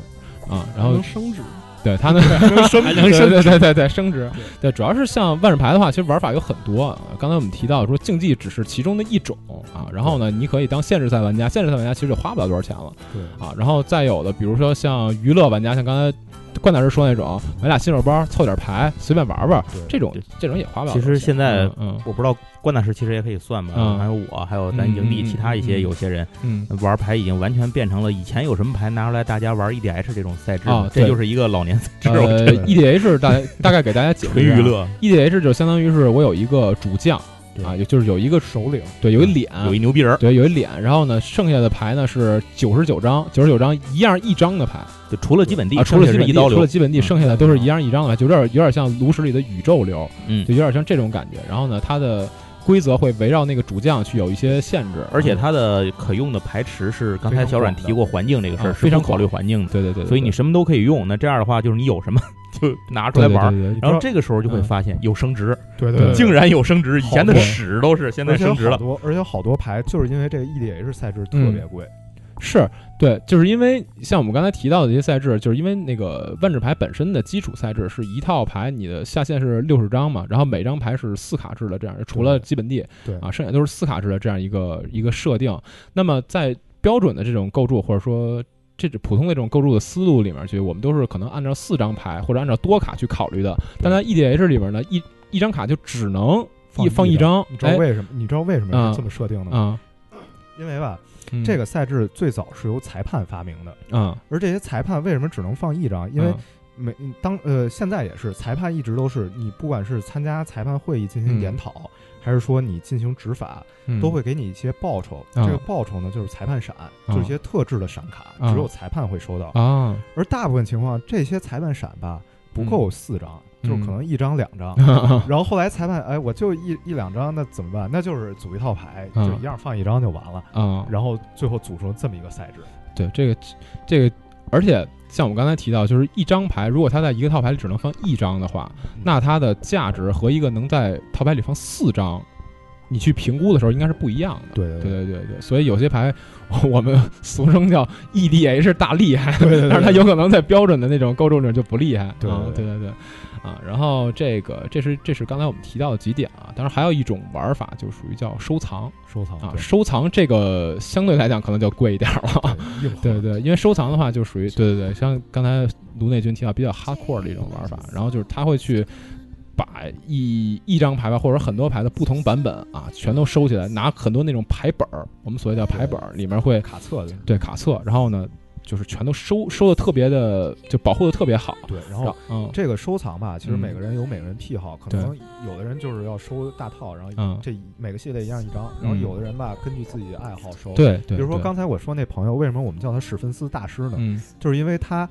啊，然后能升值，对它能升还能升，对对对对，升值。对，主要是像万智牌的话，其实玩法有很多。啊刚才我们提到说竞技只是其中的一种啊，然后呢，你可以当限制赛玩家，限制赛玩家其实就花不了多少钱了。对啊，然后再有的，比如说像娱乐玩家，像刚才关大师说那种，买俩新手包，凑点牌，随便玩玩对，这种对这种也花不了多其少钱。实现在嗯我不知道关大师其实也可以算吧，嗯还有我，还有咱营地嗯嗯其他一些嗯嗯有些人嗯玩牌已经完全变成了以前有什么牌拿出来大家玩 EDH 这种赛制啊，对这就是一个老年赛制嗯， 我觉呃得，EDH 大大概给大家解释纯一啊下娱乐， ，EDH ，E 就相当于是我有一个主将啊，有就是有一个首领，对，有一脸，嗯有一牛逼人儿，对，有一脸，然后呢，剩下的牌呢是九十九张，九十九张一样一张的牌啊，就除了基本地，除了基本剩下是地，一刀除了流，基本地，嗯剩下的都是一样一张的牌，就有点有点像炉石里的宇宙流，嗯就，有点像这种感觉。然后呢，它的规则会围绕那个主将去有一些限制，而且它的可用的牌池是刚才小阮提过环境这个事啊儿，是非常不考虑广环境的，对对对对，所以你对什么都可以用。那这样的话，就是你有什么 就拿出来玩儿。对对对对然后这个时候就会嗯发现有升值，对对对，竟然有升值，以前的好多屎都是，现在而且有升值好了。多，而且有好多牌就是因为这个 EDH 赛制嗯特别贵，是对，就是因为像我们刚才提到的这些赛制，就是因为那个万智牌本身的基础赛制是一套牌，你的下限是六十张嘛，然后每张牌是四卡制的，这样除了基本地，对啊，剩下都是四卡制的这样一个一个设定。那么在标准的这种构筑或者说这种普通的这种构筑的思路里面去，我们都是可能按照四张牌或者按照多卡去考虑的，但在 EDH 里边呢，一一张卡就只能一放放一一张你，知道哎为什么？你知道为什么嗯是这么设定的吗？啊，因为吧，嗯这个赛制最早是由裁判发明的，啊，而这些裁判为什么只能放一张？因嗯为每当呃现在也是，裁判一直都是你不管是参加裁判会议进行嗯研讨，还是说你进行执法，嗯都会给你一些报酬。啊这个报酬呢，就是裁判闪，就是嗯一些特制的闪卡，啊只有裁判会收到。啊，而大部分情况，这些裁判闪吧不够四张，嗯就是可能一张两 张。然后后来裁判，哎，我就一一两张，那怎么办？那就是组一套牌，啊就一样放一张就完了。啊，然后最后组成这么一个赛制，对这个这个，而且像我们刚才提到，就是一张牌，如果它在一个套牌里只能放一张的话，嗯那它的价值和一个能在套牌里放四张，你去评估的时候应该是不一样的。对对对对对对，所以有些牌我们 俗称叫 EDH 大厉害，对对对 但是它有可能在标准的那种构筑里就不厉害。对啊对对对对，啊，然后这个这是这是刚才我们提到的几点啊，当然还有一种玩法就属于叫收藏收藏啊，对收藏这个相对来讲可能就贵一点了。对硬核对对，因为收藏的话就属于对对对，像刚才颅内君提到比较 hardcore 的一种玩法，然后就是他会去把一一张牌吧，或者很多牌的不同版本啊，全都收起来，拿很多那种牌本儿，我们所谓叫牌本儿，里面会卡 册的，对卡册，然后呢就是全都收收的特别的，就保护的特别好。对，然然后后嗯这个收藏吧，其实嗯每个人有每个人癖好，可对能有的人就是要收大套，然后嗯，这每个系列一样一张，然后嗯有的人吧根据自己的爱好收。，对对，比如说对刚才我说那朋友，为什么我们叫他史芬斯大师呢？嗯就是因为他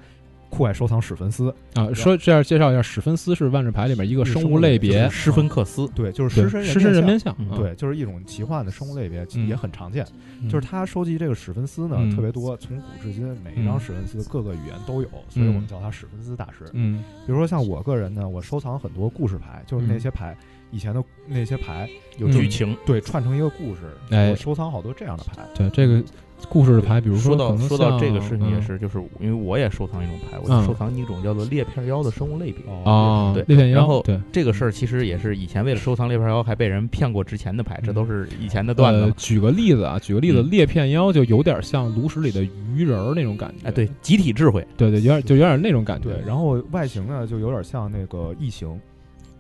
酷爱收藏史芬斯，啊，说这样介绍一下，史芬斯是万智牌里面一个一个生生物物类类别别，施芬克斯，对，就是对狮身狮身人面面像，嗯啊像，，对，就是一种奇幻的生物类别，嗯也很常见。嗯就是他收集这个史芬斯呢嗯特别多，从古至今每一嗯张史芬斯各个语言都有，所以我们叫他史芬斯大师。嗯比如说像我个人呢，我收藏很多故事牌，就是那嗯些牌，以前的那些牌有嗯这剧么情。对串成一个故事，哎我收藏好多这样的牌。对这个故事的牌，比如说可到能说到这个像事情也嗯是，就是因为我也收藏一种牌，我嗯就收藏一种叫做裂片妖的生物类别。哦，嗯对猎犬然妖，后对，这个事儿其实也是以前为了收藏猎片妖还被人骗过值钱的牌，这嗯都是以前的段子呃，嘛。举个例子啊，举个例子，嗯裂片妖就有点像炉石里的鱼人儿那种感觉，哎，对，集体智慧，对对，有点就有点那种感觉。对，然后外形呢就有点像那个异形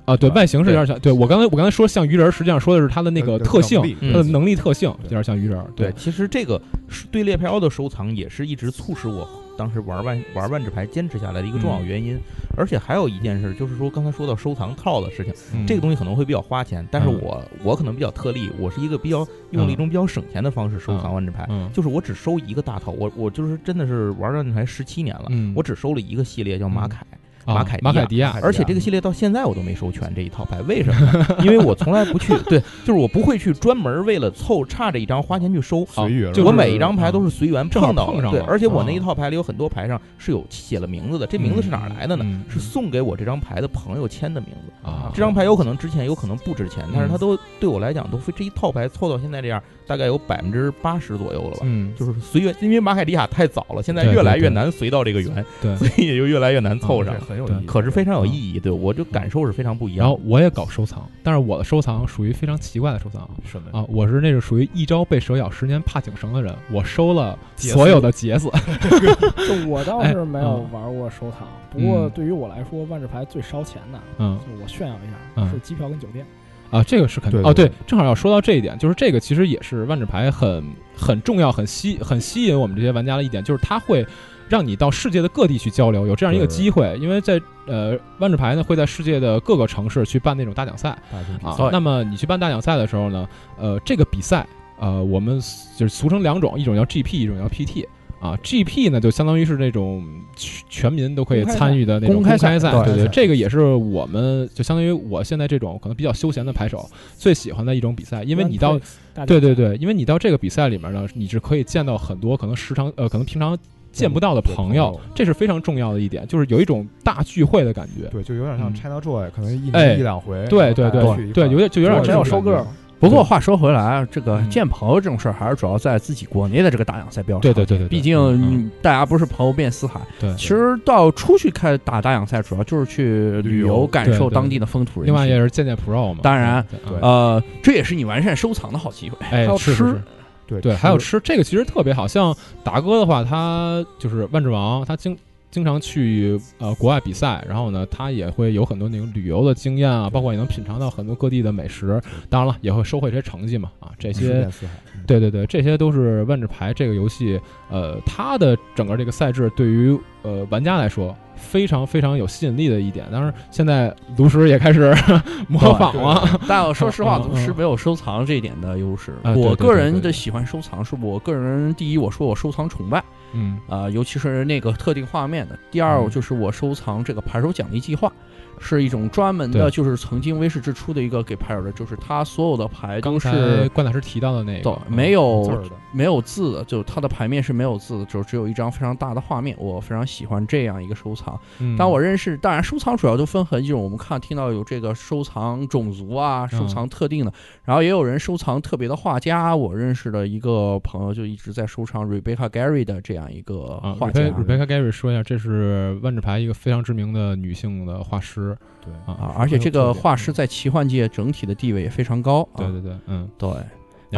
啊，对对外形是有点像，对我刚才我刚才说像鱼人儿，实际上说的是它的那呃个特性，能力嗯它的能力特性对有点像鱼人儿，对，其实这个是对猎飘的收藏也是一直促使我当时玩万玩万智牌坚持下来的一个重嗯要原因。而且还有一件事，就是说刚才说到收藏套的事情，嗯这个东西可能会比较花钱，但是嗯我我可能比较特例，我是一个比较用了一种比较省钱的方式收藏万智牌，嗯就是我只收一个大套，我我就是真的是玩万智牌十七年了。嗯，我只收了一个系列，叫马凯，啊马凯迪亚马凯迪亚，而且这个系列到现在我都没收全这一套牌，为什 么呢？因为我从来不去，对，就是我不会去专门为了凑差这一张花钱去收，啊随遇而啊就是我每一张牌都是随缘碰正好到碰的，上对，了而且我啊那一套牌里有很多牌上是有写了名字的，这名字是哪儿来的呢？嗯嗯是送给我这张牌的朋友签的名字。啊，这张牌有可能值钱，有可能不值钱，但是它嗯都对我来讲都非这一套牌凑到现在这样，大概有百分之八十左右了吧。嗯， 就是随缘，因为马凯迪亚太早了，现在对对越来越对难随到这个圆， 对所以也就越来越难凑上这。很有对意 义。可是非常有意义，对我就感受是非常不一然样后的。我也搞收藏，但是我的收藏属于非常奇怪的收藏啊，什么啊，我是那种属于一朝被蛇咬，十年怕井绳的人。我收了所有的杰 子， 就我倒是没有哎嗯玩过收藏，不过嗯对于我来说，万智牌最烧钱的，嗯就我炫耀一下，嗯是机票跟酒店。啊，这个是肯定对哦，对对，正好要说到这一点，就是这个其实也是万智牌很很重要、很吸很吸引我们这些玩家的一点，就是它会让你到世界的各地去交流，有这样一个对对机会，因为在呃万智牌呢会在世界的各个城市去办那种大奖赛，大众啊对。那么你去办大奖赛的时候呢，呃，这个比赛，呃，我们就是俗称两种，一种叫 GP，一种叫 PT。啊，GP 呢就相当于是那种全全民都可以公开赛参与的那种公公开开赛赛，对对对对，这个也是我们就相当于我现在这种可能比较休闲的牌手最喜欢的一种比赛，因为你到 One Place，大家对对对，因为你到这个比赛里面呢，你是可以见到很多可能时常呃，可能平常见不到的对朋朋友友，这是非常重要的一点，就是有一种大聚会的感觉。对，就有点像嗯 China Joy，可能一哎年一两回，对对然后大家去对对，一块儿有点就有点我这真种要收感觉个儿。不过话说回来啊，这个嗯见朋友这种事儿还是主要在自己国内的这个大洋赛比较对对常见对对对毕竟嗯嗯大家不是朋友遍四海。对，其实到出去开打大洋赛，主要就是去旅旅游，游感对受对当地的风土人另情。外也是见见 Pro 嘛。当然对，对啊呃，这也是你完善收藏的好机会。哎，还有是是吃是对对，还有吃这个其实特别好，像达哥的话，他就是万智王，他经经常去呃国外比赛，然后呢，他也会有很多那种旅游的经验啊，包括也能品尝到很多各地的美食，当然了，也会收获一些成绩嘛啊，这十些面四海嗯对对对，这些都是万智牌这个游戏呃它的整个这个赛制对于呃玩家来说。非常非常有吸引力的一点，当然现在炉石也开始 模仿了， 但我说实话，嗯嗯炉石没有收藏这一点的优势。啊对我对个对人对的喜欢收藏，是我个人第一，我说我收藏崇拜嗯，啊、尤其是那个特定画面的。第二，嗯就是我收藏这个牌手奖励计划，是一种专门的，对就是曾经威士之出的一个给牌手的，就是他所有的牌刚都才嗯是关老师提到的那都个没字有儿的没有字的，就它的牌面是没有字的，就只有一张非常大的画面。我非常喜欢这样一个收藏。嗯当我认识，当然收藏主要就分很几种，我们看听到有这个收藏种族啊，嗯收藏特定的，然后也有人收藏特别的画家。我认识的一个朋友就一直在收藏 Rebecca Gary 的这样一个啊画家。 ，Rebecca Gary 说一下，这是万智牌一个非常知名的女性的画师对啊啊，，而且这很个有特点画师在奇幻界整体的地位也非常高、啊。对对对，嗯，对，然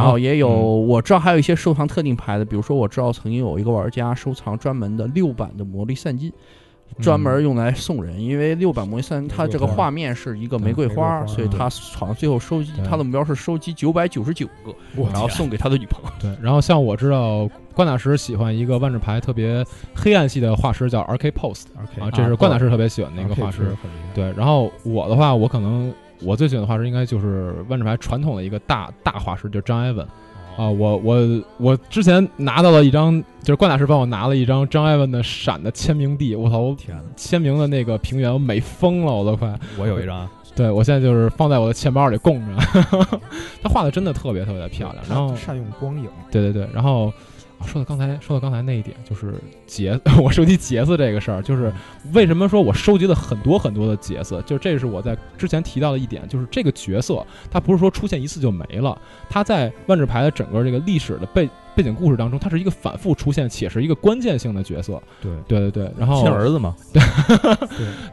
然后后也有、嗯我知道还有一些收藏特定牌的，比如说我知道曾经有一个玩家收藏专门的六版的魔力散金，专门用来送人，因为六版魔力散金它这个画面是一个玫瑰花，对所以他好像最后收集对他的目标是收集九百九十九个，我然后送给他的女朋友。对，然后像我知道关大师喜欢一个万智牌特别黑暗系的画师叫 R K Post 啊，这是关大师特别喜啊欢的一个画师。很厉害，对，然后我的话，我可能我最喜欢的画师应该就是万智牌传统的一个大大画师，就是张艾文。哦啊，我我我之前拿到了一张，就是关大师帮我拿了一张张艾文的闪的签名地，我操，我天哪，签名的那个平原，我美疯了，我都快。我有一张，啊对，我现在就是放在我的钱包里供着。 他画的真的特别特别漂亮。然后他，善用光影，对对对，然后、啊说到刚才说到刚才那一点，就是杰， 我收集杰斯这个事儿，就是嗯为什么说我收集了很多很多的杰斯，就这是我在之前提到的一点，就是这个角色它不是说出现一次就没了，它在万智牌的整个这个历史的背背景故事当中，它是一个反复出现且是一个关键性的角色。对对对对，然后亲哦儿子嘛，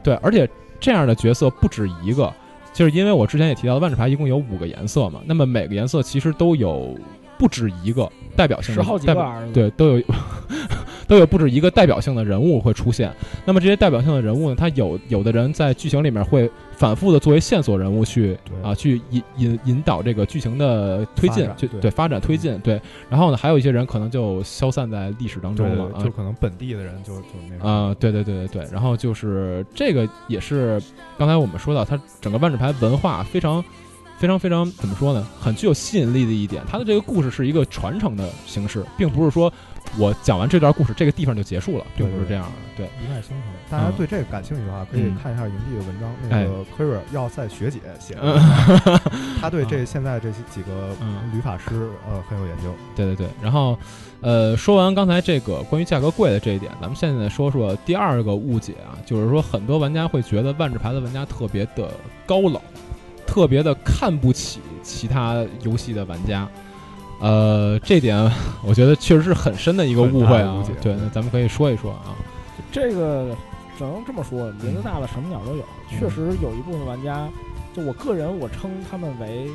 对，而且这样的角色不止一个，就是因为我之前也提到，万智牌一共有五个颜色嘛，那么每个颜色其实都有不止一个代表性十的，好几代个表儿子，对，都有 都有不止一个代表性的人物会出现。那么这些代表性的人物呢，他有有的人在剧情里面会反复的作为线索人物去对啊，去引引引导这个剧情的推进发，展就对嗯对发展推进对。然后呢，还有一些人可能就消散在历史当中对了啊对，对就，可能本地的人就就那种啊、对对对对对，然后就是这个也是刚才我们说到，它整个万智牌文化非常非常非常怎么说呢，很具有吸引力的一点。它的这个故事是一个传承的形式，并不是说我讲完这段故事，这个地方就结束了，并对不是对这样的。对，一脉相承。大家对这个感兴趣的话，可以啊嗯看一下营地的文章，哎那个 Queer 要塞学姐写的嗯 文章，她对嗯这现在这些几个嗯旅法师呃很有研究。对对对。然后，呃，说完刚才这个关于价格贵的这一点，咱们现在说说第二个误解啊，就是说很多玩家会觉得万智牌的玩家特别的高冷，特别的看不起其他游戏的玩家。呃，这点我觉得确实是很深的一个误会很大的啊误解。对，那咱们可以说一说啊。这个只能这么说，林子大了什么鸟都有。嗯确实有一部分玩家，就我个人我称他们为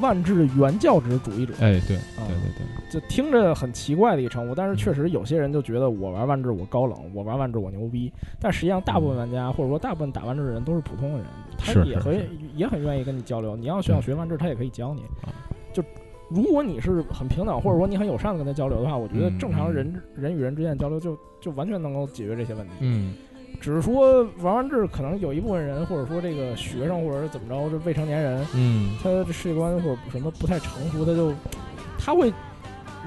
万智原教旨主义者，哎，对，对啊对就听着很奇怪的一个称呼，但是确实有些人就觉得我玩万智我高冷，我玩万智我牛逼。但实际上，大部分玩家或者说大部分打万智的人都是普通的人，他是也是会是也很愿意跟你交流。你要想学万智，他也可以教你啊。就如果你是很平等，或者说你很友善的跟他交流的话，我觉得嗯正常人、人与人之间的交流就就完全能够解决这些问题。嗯，只是说玩完这可能有一部分人，或者说这个学生，或者是怎么着，这未成年人，嗯他的世界观或者什么不太成熟，他就他会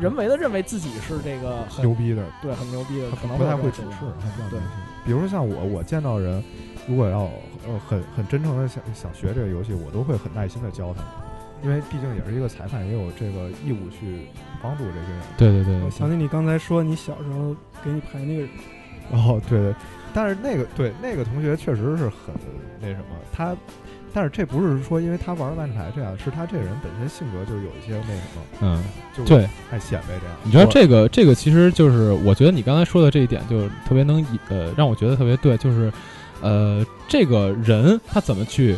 人为的认为自己是这个很牛逼的，对很牛逼的，可能不太有会这处种事情况，他对对。比如说像我，我见到人，如果要呃很很真诚的想想学这个游戏，我都会很耐心的教他。因为毕竟也是一个裁判，也有这个义务去帮助这些人。对对对，我想起你刚才说你小时候给你排那个人， 哦，对对，但是那个对那个同学确实是很那什么，他，但是这不是说因为他玩万智牌这样，是他这人本身性格就是有一些那什么，嗯，就是对，爱显摆这样。你知道这个这个其实就是，我觉得你刚才说的这一点，就是特别能以呃让我觉得特别对，就是呃这个人他怎么去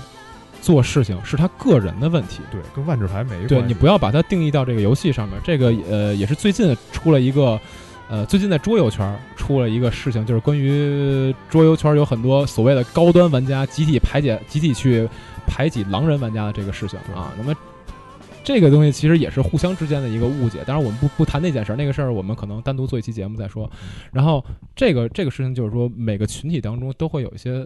做事情是他个人的问题。对，跟万智牌没关系。对你不要把它定义到这个游戏上面。这个呃也是最近出了一个，呃最近在桌游圈儿出了一个事情，就是关于桌游圈儿有很多所谓的高端玩家集体排解、集体去排挤狼人玩家的这个事情啊。那么这个东西其实也是互相之间的一个误解。当然我们不不谈那件事儿，那个事儿我们可能单独做一期节目再说。嗯然后这个这个事情就是说，每个群体当中都会有一些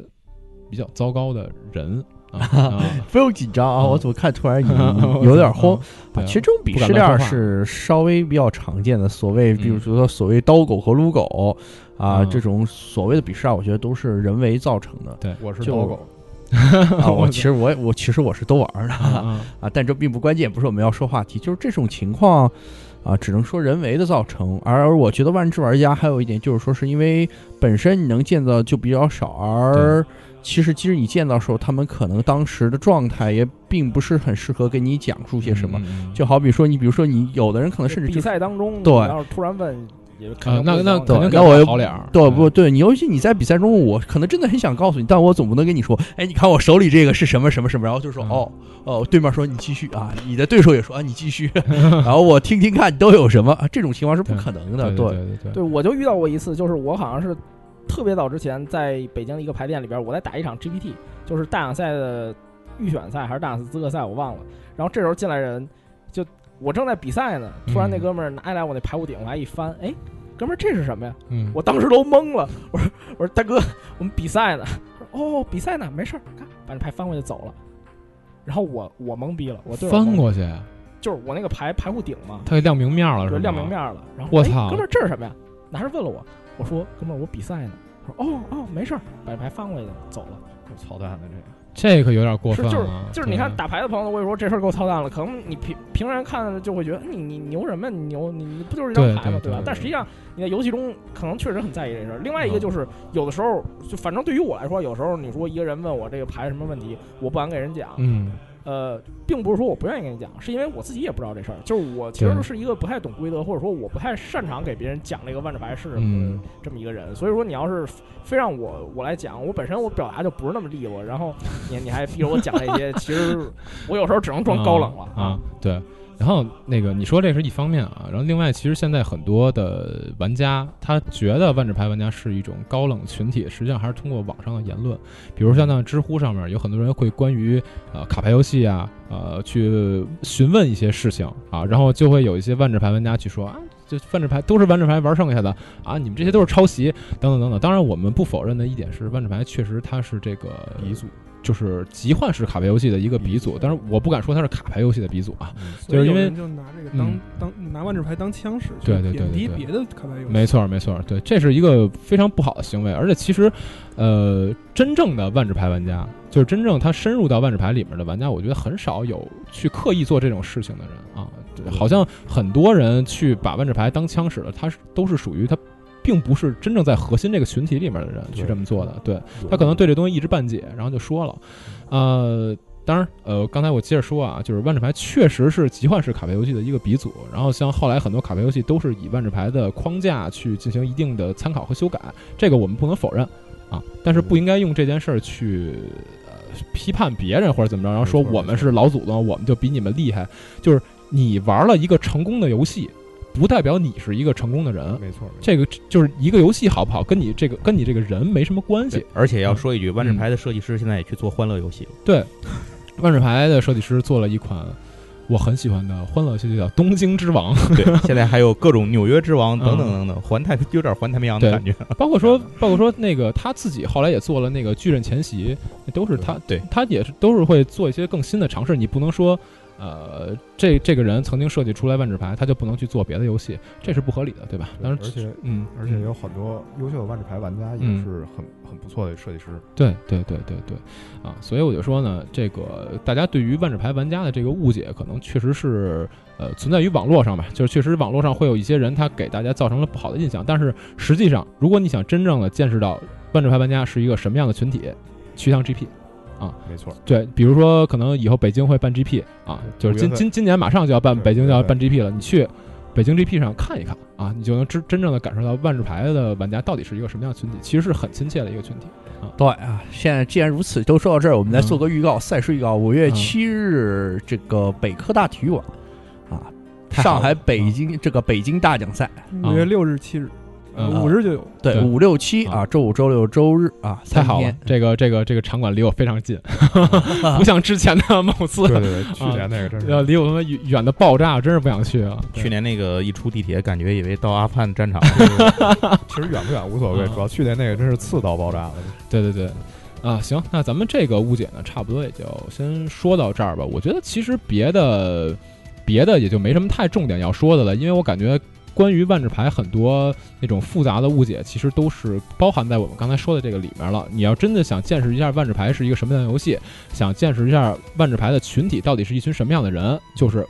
比较糟糕的人。 啊啊不用紧张啊！嗯我怎么看突然有有点慌。 对啊其实这种鄙视链是稍微比较常见的，所谓比如说所谓刀狗和撸狗啊，嗯这种所谓的鄙视链，我觉得都是人为造成的。我是就 刀狗，啊，我其实我也我其实我是都玩的啊啊啊，但这并不关键，不是我们要说话题，就是这种情况啊，只能说人为的造成。而而我觉得万智玩家还有一点就是说，是因为本身你能见到就比较少，而其实其实你见到的时候，他们可能当时的状态也并不是很适合跟你讲述些什么。？就好比说你，比如说你有的人可能甚至比就是。赛当中，对你要是突然问，也肯啊，定那不那会肯定帮给那不我又好脸儿，对嗯不对？你尤其你在比赛中，我可能真的很想告诉你，但我总不能跟你说，哎，你看我手里这个是什么什么什么，然后就说嗯哦哦，对面说你继续啊，你的对手也说啊你继续，然后我听听看你都有什么，啊这种情况是不可能的，对对对对对，我就遇到过一次，就是我好像是特别早之前在北京的一个排练里边，我在打一场 GPT，就是大奖赛的预选赛还是大奖赛资格赛，我忘了。然后这时候进来人，就我正在比赛呢，突然那嗯哥们儿拿来我那排骨顶往下一翻，哎，哥们儿这是什么呀？嗯，我当时都懵了，我说我说大哥，我们比赛呢。他说哦，比赛呢，没事儿，看把那牌翻过去走了。然后我我懵逼了，我对手懵翻了过去，就是我那个牌排骨顶嘛，它给亮明面了，是吧？对，亮明面了。然后我哎操哥们儿这是什么呀？拿着问了我，我说哥们儿我比赛呢。他说哦哦没事儿，把牌翻过去走了。这操蛋的这个，这个有点过是分就是了。就是你对看打牌的朋友，我也说这事儿给我操蛋了。可能你平平常人看着就会觉得你你牛什么你牛你你不就是一张对牌吗对吧对？嗯但实际上你在游戏中可能确实很在意这事儿。另外一个就是有的时候就反正对于我来说，有时候你说一个人问我这个牌什么问题，我不敢给人讲，嗯，呃，并不是说我不愿意跟你讲，是因为我自己也不知道这事儿。就是我其实对是一个不太懂规则，或者说我不太擅长给别人讲这个万智牌是什么的嗯这么一个人。所以说，你要是非让我我来讲，我本身我表达就不是那么利落，然 后你你还逼着我讲这些，其实我有时候只能装高冷了啊啊。对，然后那个你说这是一方面啊，然后另外其实现在很多的玩家他觉得万智牌玩家是一种高冷群体，实际上还是通过网上的言论，比如像那知乎上面有很多人会关于呃卡牌游戏啊，呃去询问一些事情啊，然后就会有一些万智牌玩家去说啊。这万智牌都是万智牌玩剩下的啊！你们这些都是抄袭，等等等等。当然，我们不否认的一点是，万智牌确实它是这个鼻祖，就是集换式卡牌游戏的一个鼻祖，但是我不敢说它是卡牌游戏的鼻祖啊。所就是以因有为人就拿这个当嗯当拿万智牌当枪使，去对对对贬低对对别的卡牌游戏，没错儿，没错儿，对，这是一个非常不好的行为。而且其实，呃，真正的万智牌玩家，就是真正他深入到万智牌里面的玩家，我觉得很少有去刻意做这种事情的人啊。对好像很多人去把万智牌当枪使了，他是都是属于他。并不是真正在核心这个群体里面的人去对这么做的，对他可能对这东西一知半解，然后就说了，呃，当然，呃，刚才我接着说啊，就是万智牌确实是集换式卡牌游戏的一个鼻祖。然后像后来很多卡牌游戏都是以万智牌的框架去进行一定的参考和修改，这个我们不能否认啊。但是不应该用这件事儿去呃批判别人或者怎么着，然后说没错我们是老祖宗，我们就比你们厉害。就是你玩了一个成功的游戏，不代表你是一个成功的人。没错，没错嗯这个就是一个游戏好不好，跟你这个跟你这个人没什么关系对。而且要说一句，万智牌的设计师现在也去做欢乐游 戏了。万智牌的设计师做了一款我很喜欢的欢乐游戏，就叫《东京之王》， 对，现在还有各种纽约之王等等等等，环太有点环太平洋的对感觉。包括 说包括说那个他自己后来也做了那个巨人前夕，那都是他对他也是都是会做一些更新的尝试。你不能说呃，这这个人曾经设计出来万智牌，他就不能去做别的游戏，这是不合理的，对吧？当然，而且嗯，而且有很多优秀的万智牌玩家也嗯是很很不错的设计师。对对对对对，啊，所以我就说呢，这个大家对于万智牌玩家的这个误解，可能确实是呃存在于网络上吧，就是确实网络上会有一些人他给大家造成了不好的印象，但是实际上，如果你想真正的见识到万智牌玩家是一个什么样的群体，去趟 GP。没错，对，比如说可能以后北京会办 GP 啊，就是五月今份今今年马上就要办对北京就要对办 GP 了，你去北京 GP 上看一看啊，你就能真真正的感受到万智牌的玩家到底是一个什么样的群体，其实是很亲切的一个群体。对啊，现在既然如此，都说到这儿，我们嗯再做个预告，赛事预告：五月七日，这个北科大体育馆啊，太好了上海北京这个北京大奖赛，五啊月六日、七日、嗯五日就有。对对嗯五六七啊，周五、周六、周日啊，太三好了天，这个这个这个场馆离我非常近，不像之前的某次对，对对，去年那个真要是离我他妈远远的爆炸，真是不想去啊！去年那个一出地铁，感觉以为到阿富汗战场。 其实远不远无所谓，嗯主要去年那个真是刺到爆炸了。对对对，啊，行，那咱们这个误解呢，差不多也就先说到这儿吧。我觉得其实别的别的也就没什么太重点要说的了，因为我感觉关于万智牌很多那种复杂的误解，其实都是包含在我们刚才说的这个里面了。你要真的想见识一下万智牌是一个什么样的游戏，想见识一下万智牌的群体到底是一群什么样的人，就是。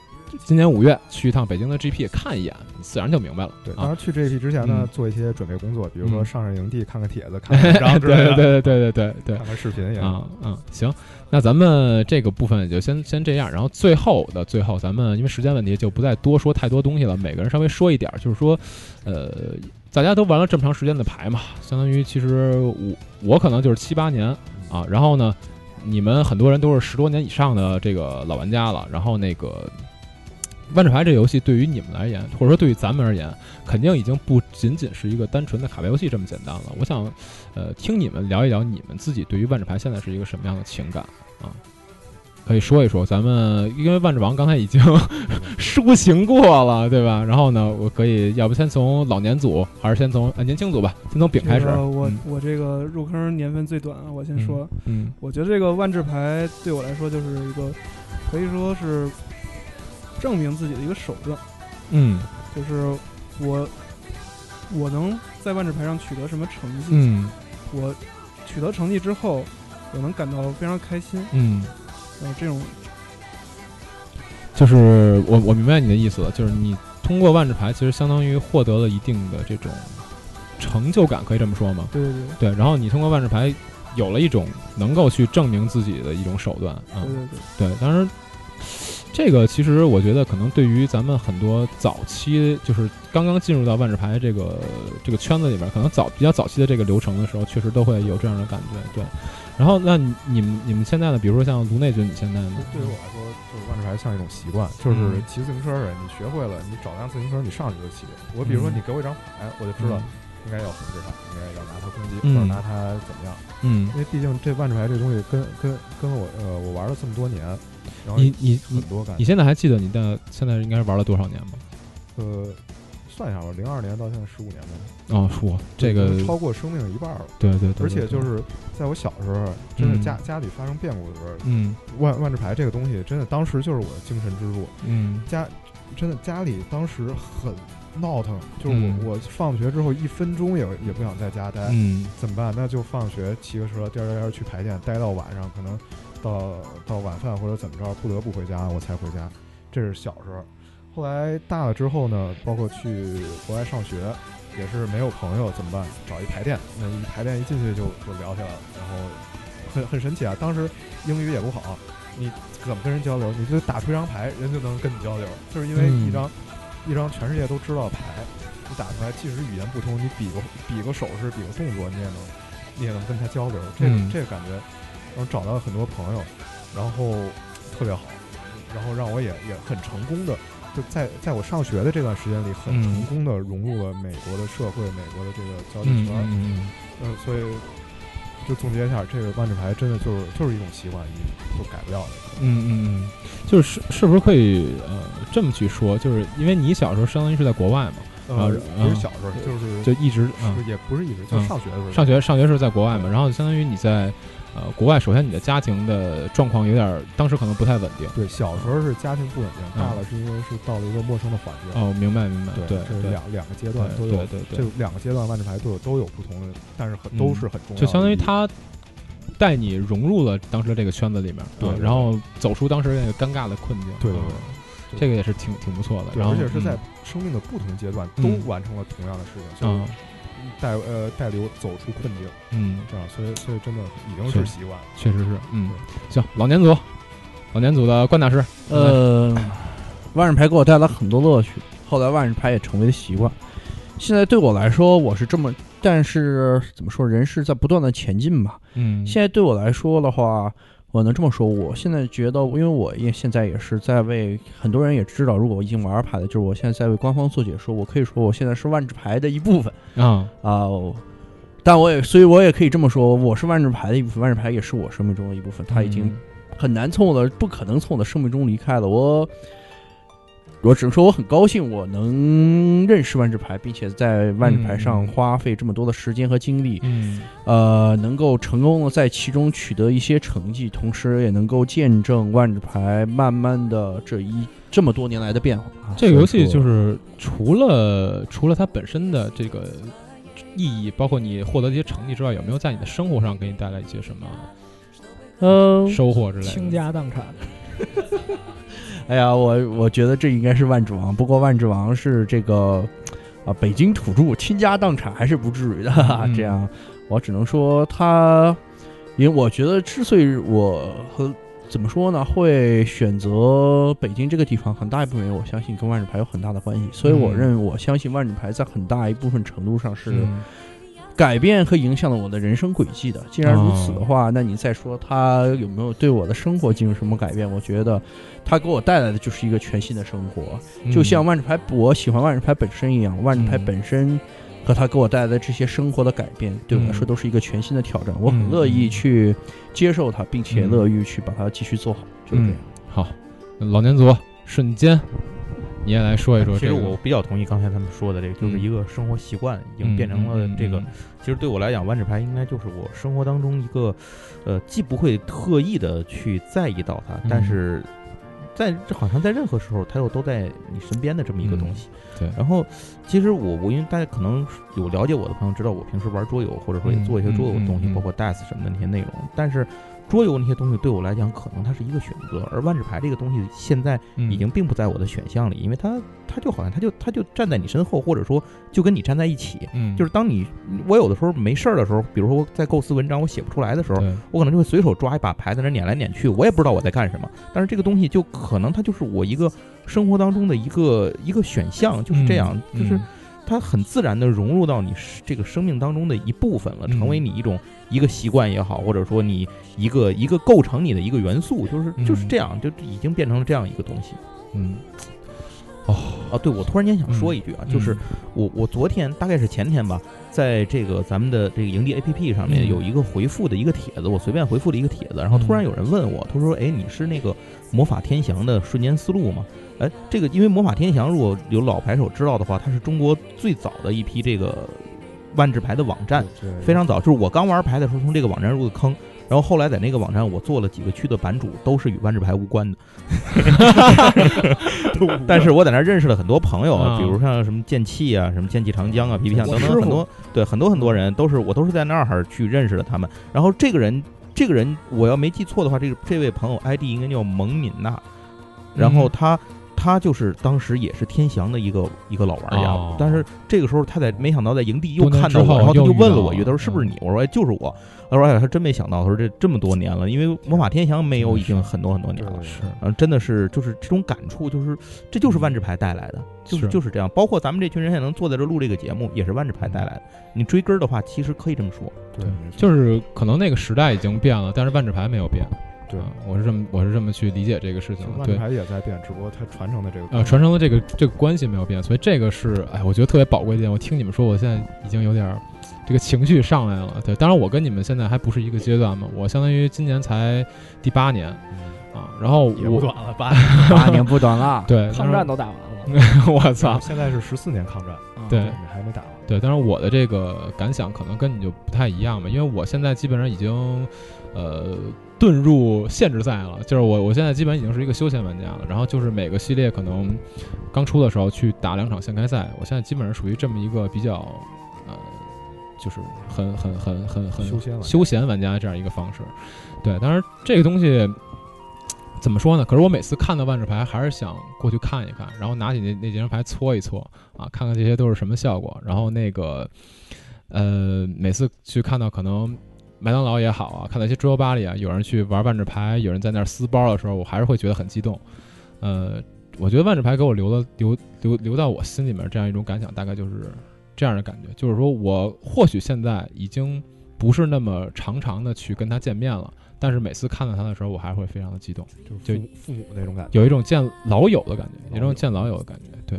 今年五月去一趟北京的 GP 看一眼，你自然就明白了。对，当啊，然去 GP 之前呢嗯，做一些准备工作，比如说嗯上上营地看 看帖子、看看文章之对类对对的，对对对对看看视频也好。啊啊，行，那咱们这个部分也就先先这样，然后最后的最后，咱们因为时间问题就不再多说太多东西了，每个人稍微说一点儿，就是说，呃，大家都玩了这么长时间的牌嘛，相当于其实我我可能就是七八年啊，然后呢，你们很多人都是十多年以上的这个老玩家了，然后那个。万智牌这游戏对于你们而言，或者说对于咱们而言，肯定已经不仅仅是一个单纯的卡牌游戏这么简单了。我想呃，听你们聊一聊你们自己对于万智牌现在是一个什么样的情感啊？可以说一说，咱们因为万智王刚才已经抒情过了，对吧？然后呢，我可以要不先从老年组，还是先从呃年轻组吧？先从饼开始。这个我嗯我这个入坑年份最短啊，我先说。嗯我觉得这个万智牌对我来说就是一个，可以说是证明自己的一个手段，嗯就是我我能在万智牌上取得什么成绩，嗯我取得成绩之后，我能感到非常开心，嗯，呃，这种就是我我明白你的意思了，就是你通过万智牌，其实相当于获得了一定的这种成就感，可以这么说吗？对对对对，然后你通过万智牌有了一种能够去证明自己的一种手段啊。对嗯对对，对，当然，这个其实我觉得可能对于咱们很多早期就是刚刚进入到万智牌这个这个圈子里边，可能早比较早期的这个流程的时候，确实都会有这样的感觉。对，然后那你你们你们现在呢？比如说像卢内君，你现在呢？对于我来说，就是万智牌像一种习惯，就是嗯骑自行车的人，你学会了，你找辆自行车，你上去就骑。我比如说嗯你给我一张牌，我就知道嗯应该要控制它，应该要拿它攻击，嗯或者拿它怎么样。嗯，因为毕竟这万智牌这东西跟跟跟我呃我玩了这么多年，然后你你很你多感你觉。现在还记得你的现在应该是玩了多少年吗？呃，算一下吧，零二年到现在十五年吧，哦，我这个已经超过生命的一半了。对对对，而且对就是在我小时候，真是嗯家家里发生变故的时候，嗯万万智牌这个东西真的当时就是我的精神支柱。嗯家真的家里当时很闹腾，就是我、嗯我放学之后一分钟也也不想在家待，嗯怎么办？那就放学骑个车颠儿颠儿颠儿去排练，待到晚上，可能到到晚饭或者怎么着，不得不回家我才回家。这是小时候，后来大了之后呢，包括去国外上学。也是没有朋友怎么办？找一排练，那一排练一进去就就聊起来了，然后很很神奇啊！当时英语也不好，你怎么跟人交流？你就打出一张牌，人就能跟你交流，就是因为嗯一张、一张全世界都知道的牌，你打出来，即使语言不通，你比个比个手势，比个动作，你也能你也能跟他交流，这个、嗯这个感觉，然后找到了很多朋友，然后特别好，然后让我也也很成功的。就在在我上学的这段时间里，很嗯成功的融入了美国的社会、美国的这个交际嗯圈儿，嗯嗯。嗯，所以就总结一下，这个万智牌真的就是就是一种习惯，你就改不了的。嗯嗯，嗯，就是是不是可以呃这么去说，就是因为你小时候相当于是在国外嘛，啊呃，不啊是小时候，就是就一直啊、是也不是一直，就嗯上学的时候，上学上学时候在国外嘛，然后相当于你在呃，国外首先你的家庭的状况有点儿，当时可能不太稳定。对，小时候是家庭不稳定，大了是因为是到了一个陌生的环境。哦，明白明白，嗯对这是对两两个阶段都对有对，对这对，两个阶段万智牌都有都有不同的，但是很嗯都是很重要的意义。就相当于他带你融入了当时的这个圈子里面，对啊对然后走出当时那个尴尬的困境。对对啊对这个也是挺挺不错的。对，然后而且是在嗯生命的不同阶段嗯都完成了同样的事情，啊就，是带呃带流走出困境，嗯，这样，所以所以真的已经是是习惯了。确实是，嗯，行，老年组，老年组的关大师，呃，万智牌给我带来很多乐趣，后来万智牌也成为了习惯。现在对我来说，我是这么，但是怎么说，人是在不断的前进吧。嗯，现在对我来说的话，我能这么说，我现在觉得，因为我也现在也是在为很多人也知道，如果我已经玩牌的，就是我现在在为官方做解说，我可以说我现在是万智牌的一部分啊，啊、我但我也，所以我也可以这么说，我是万智牌的一部分，万智牌也是我生命中的一部分，它已经嗯很难从我的不可能从我的生命中离开了。我我只能说我很高兴，我能认识万智牌，并且在万智牌上嗯嗯花费这么多的时间和精力，嗯呃，能够成功的在其中取得一些成绩，同时也能够见证万智牌慢慢的这一这么多年来的变化。啊这个游戏所以说就是除了除了它本身的这个意义，包括你获得的一些成绩之外，有没有在你的生活上给你带来一些什么嗯、收获之类的？倾家荡产，哎呀，我我觉得这应该是万智王，不过万智王是这个啊、北京土著，倾家荡产还是不至于的。哈哈嗯这样，我只能说他，因为我觉得之所以我和怎么说呢，会选择北京这个地方，很大一部分原因我相信跟万智牌有很大的关系，所以我嗯认为我相信万智牌在很大一部分程度上是。嗯改变和影响了我的人生轨迹的。既然如此的话，那你再说它有没有对我的生活进行什么改变？我觉得它给我带来的就是一个全新的生活，就像万智牌，我喜欢万智牌本身一样，万智牌嗯本身。和它给我带来的这些生活的改变，对我来说嗯都是一个全新的挑战。我很嗯乐意去接受它，并且嗯乐于去把它继续做好，就是这样。好，那老年组瞬间，你也来说一说哎其这个。实嗯我比较同意刚才他们说的这个，就是一个生活习惯已经变成了这个。其实对我来讲，万智牌应该就是我生活当中一个，呃，既不会特意的去在意到它，嗯但是在这好像在任何时候，它又都在你身边的这么一个东西。嗯对然后，其实我我因为大家可能有了解我的朋友知道，我平时玩桌游，或者说也嗯做一些桌游的东嗯西，嗯嗯包括 DICE 什么的那些内容。但是桌游那些东西对我来讲，可能它是一个选择，而万智牌这个东西现在嗯已经并不在我的选项里，因为它它就好像它就它就站在你身后，或者说就跟你站在一起。嗯就是当你我有的时候没事儿的时候，比如说我在构思文章，我写不出来的时候，我可能就会随手抓一把牌在那撵来撵去，我也不知道我在干什么。但是这个东西就可能它就是我一个生活当中的一个一个选项，就是这样，嗯就是它很自然的融入到你是这个生命当中的一部分了，嗯成为你一种一个习惯也好，或者说你一个一个构成你的一个元素，就是嗯就是这样，就已经变成了这样一个东西。嗯啊，对，我突然间想说一句啊，嗯就是我我昨天大概是前天吧，在这个咱们的这个营地 APP 上面嗯有一个回复的一个帖子，我随便回复了一个帖子，然后突然有人问我，他说：“哎，你是那个魔法天翔的瞬间思路吗？”哎，这个因为魔法天翔如果有老牌手知道的话，它是中国最早的一批这个万智牌的网哎站，对非常早，就是我刚玩牌的时候从这个网站入的坑。然后后来在那个网站，我做了几个区的版主，都是与万智牌 无关的。但是我在那儿认识了很多朋友，啊比如像什么剑气啊、什么剑气长江啊、皮皮象我等等师很傅多，对很多很多人都是我都是在那儿去认识的他们。然后这个人，这个人我要没记错的话，这个这位朋友 ID 应该叫蒙敏娜，嗯然后他。他就是当时也是天翔的一个一个老玩家，哦但是这个时候他在没想到在营地又多年看到之后我，然后他又就遇问到了我一句，了他说是不是嗯你？我说哎就是我。他说哎呀，他真没想到，他说这这么多年了，因为魔法天翔没有已经很多很多年了。是嗯，真的是就是这种感触，就是这就是万智牌带来的，就是是就是这样。包括咱们这群人现在能坐在这录这个节目，也是万智牌带来的。你追根儿的话，其实可以这么说，对，没错就是可能那个时代已经变了，但是万智牌没有变。对啊，我是这么我是这么去理解这个事情就的。万智对，牌也在变，只不过它传承的这个呃，传承的这个这个关系没有变，所以这个是哎，我觉得特别宝贵一点。我听你们说，我现在已经有点儿这个情绪上来了。对，当然我跟你们现在还不是一个阶段嘛，我相当于今年才第八年啊，然后也不我，短了吧？八年不短了对抗战都都打完了。嗯我操！现在是十四年抗战，对你还没打完。对，但是我的这个感想可能跟你就不太一样吧，因为我现在基本上已经，呃，遁入限制赛了，就是我我现在基本已经是一个休闲玩家了。然后就是每个系列可能刚出的时候去打两场限开赛，我现在基本上属于这么一个比较，呃，就是很很很很很休闲玩家休闲玩家这样一个方式。对，当然这个东西。怎么说呢？可是我每次看到万智牌，还是想过去看一看，然后拿起那那几张牌搓一搓，啊，看看这些都是什么效果。然后那个，呃，每次去看到可能麦当劳也好啊，看到一些桌游吧里啊，有人去玩万智牌，有人在那儿撕包的时候，我还是会觉得很激动。呃，我觉得万智牌给我留了留留留到我心里面这样一种感想，大概就是这样的感觉，就是说我或许现在已经不是那么常常的去跟他见面了。但是每次看到他的时候，我还是会非常的激动，就是父父母那种感觉。有一种见老友的感觉，有一老种友见老友的感觉。对，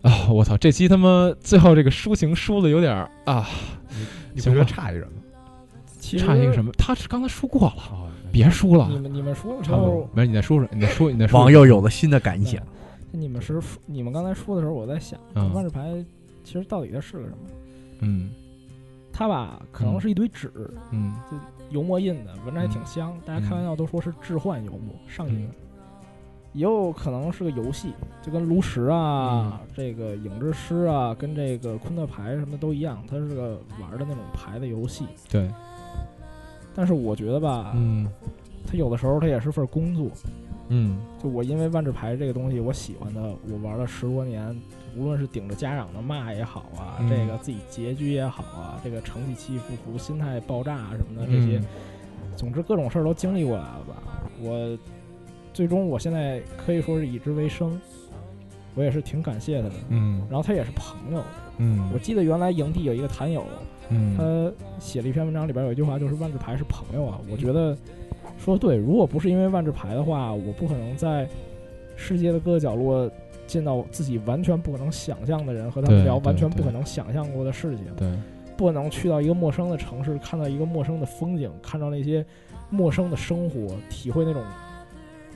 啊，我操，这期他妈最后这个抒情输的有点儿啊，你不行觉得吧差一人吗？其 实差一个什么？他是刚才输过了，啊，别输了你，们你们说的时差不候多。，没事，你再说说，你再说，你再说。 网友有了新的感想，你们是你们刚才说的时候，我在想，嗯万智牌其实到底它是个什么？嗯它吧，可能嗯是一堆纸，嗯油墨印的，闻着还挺香。大家开玩笑都说是置换油墨，上瘾。也有可能是个游戏，就跟炉石啊、这个影之师啊、跟这个昆特牌什么都一样，它是个玩的那种牌的游戏。对，但是我觉得吧，嗯它有的时候它也是份工作。嗯就我因为万智牌这个东西，我喜欢它，我玩了十多年，无论是顶着家长的骂也好啊，嗯这个自己拮据也好啊，这个成绩起起伏伏、心态爆炸啊什么的这些，嗯总之各种事儿都经历过来了吧。我最终我现在可以说是以之为生，我也是挺感谢他的。嗯然后他也是朋友，嗯我记得原来营地有一个坛友，嗯他写了一篇文章，里边有一句话就是“万智牌是朋友啊”，我觉得说得对。如果不是因为万智牌的话，我不可能在世界的各个角落见到自己完全不可能想象的人，和他们对聊对完全对不可能想象过的事情，对，不可能去到一个陌生的城市，看到一个陌生的风景，看到那些陌生的生活，体会那种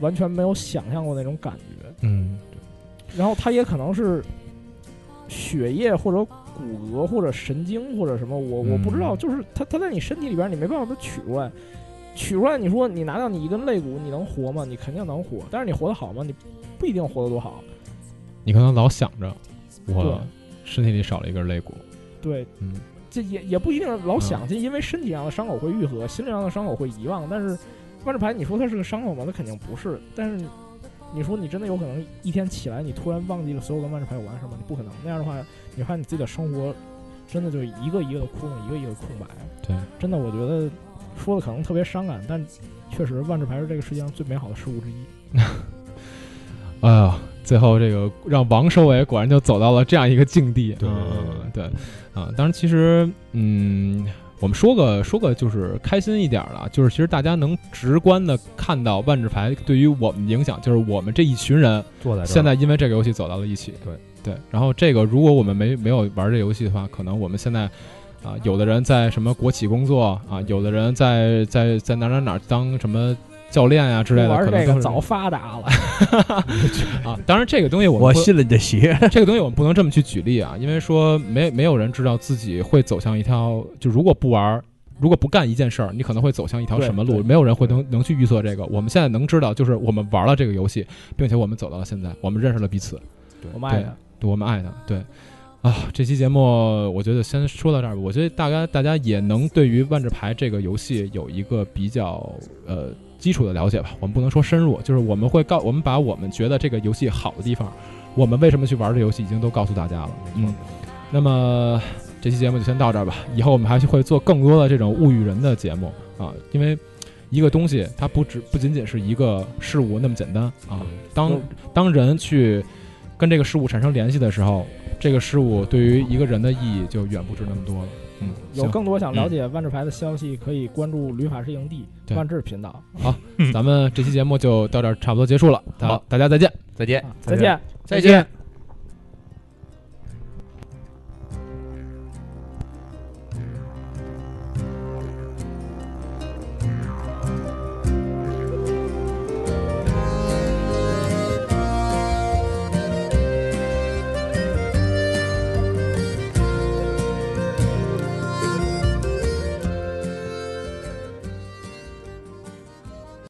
完全没有想象过那种感觉。嗯然后它也可能是血液或者骨骼或者神经或者什么，我我不知道，嗯就是它它在你身体里边，你没办法把它取出来。取出来，你说你拿到你一根肋骨，你能活吗？你肯定能活，但是你活得好吗？你不一定活得多好。你可能老想着我对身体里少了一根肋骨，对，嗯这也也不一定老嗯想，就因为身体上的伤口会愈合，心理上的伤口会遗忘。但是万智牌，你说它是个伤口吗？它肯定不是。但是你说你真的有可能一天起来，你突然忘记了所有跟万智牌有关的事吗？你不可能。那样的话，你发现你自己的生活真的就是一个一个的空，一个一个的空白。对， 真的，我觉得说的可能特别伤感，但确实万智牌是这个世界上最美好的事物之一。哎呀，最后这个让王收尾，果然就走到了这样一个境地。对嗯对啊，当然其实嗯。我们说个说个就是开心一点儿了，就是其实大家能直观的看到万智牌对于我们的影响，就是我们这一群人坐在这儿现在因为这个游戏走到了一起。对对，然后这个如果我们没没有玩这游戏的话，可能我们现在啊、有的人在什么国企工作啊，有的人在在在哪儿哪儿哪儿当什么教练啊呀、之类的，玩可能这都个是早发达了，啊。当然这个东西我们我不信了你的邪。这个东西我们不能这么去举例啊，因为说没没有人知道自己会走向一条，就如果不玩儿，如果不干一件事儿，你可能会走向一条对什么对路，没有人会能能去预测这个。我们现在能知道，就是我们玩了这个游戏，并且我们走到了现在，我们认识了彼此，我卖对的。对我们爱他，对。啊，这期节目我觉得先说到这儿吧。我觉得大家大家也能对于万智牌这个游戏有一个比较呃基础的了解吧。我们不能说深入，就是我们会告我们把我们觉得这个游戏好的地方，我们为什么去玩这游戏，已经都告诉大家了。嗯，那么这期节目就先到这儿吧。以后我们还是会做更多的这种物语人的节目啊，因为一个东西它不只不仅仅是一个事物那么简单啊。当当人去跟这个事物产生联系的时候，这个事物对于一个人的意义就远不止那么多了。嗯，有行更多想了解万智牌的消息，可以关注旅法师营地对万智频道。咱们这期节目就到这儿差不多结束了。好好，大家再见。再见。啊再再见。再见。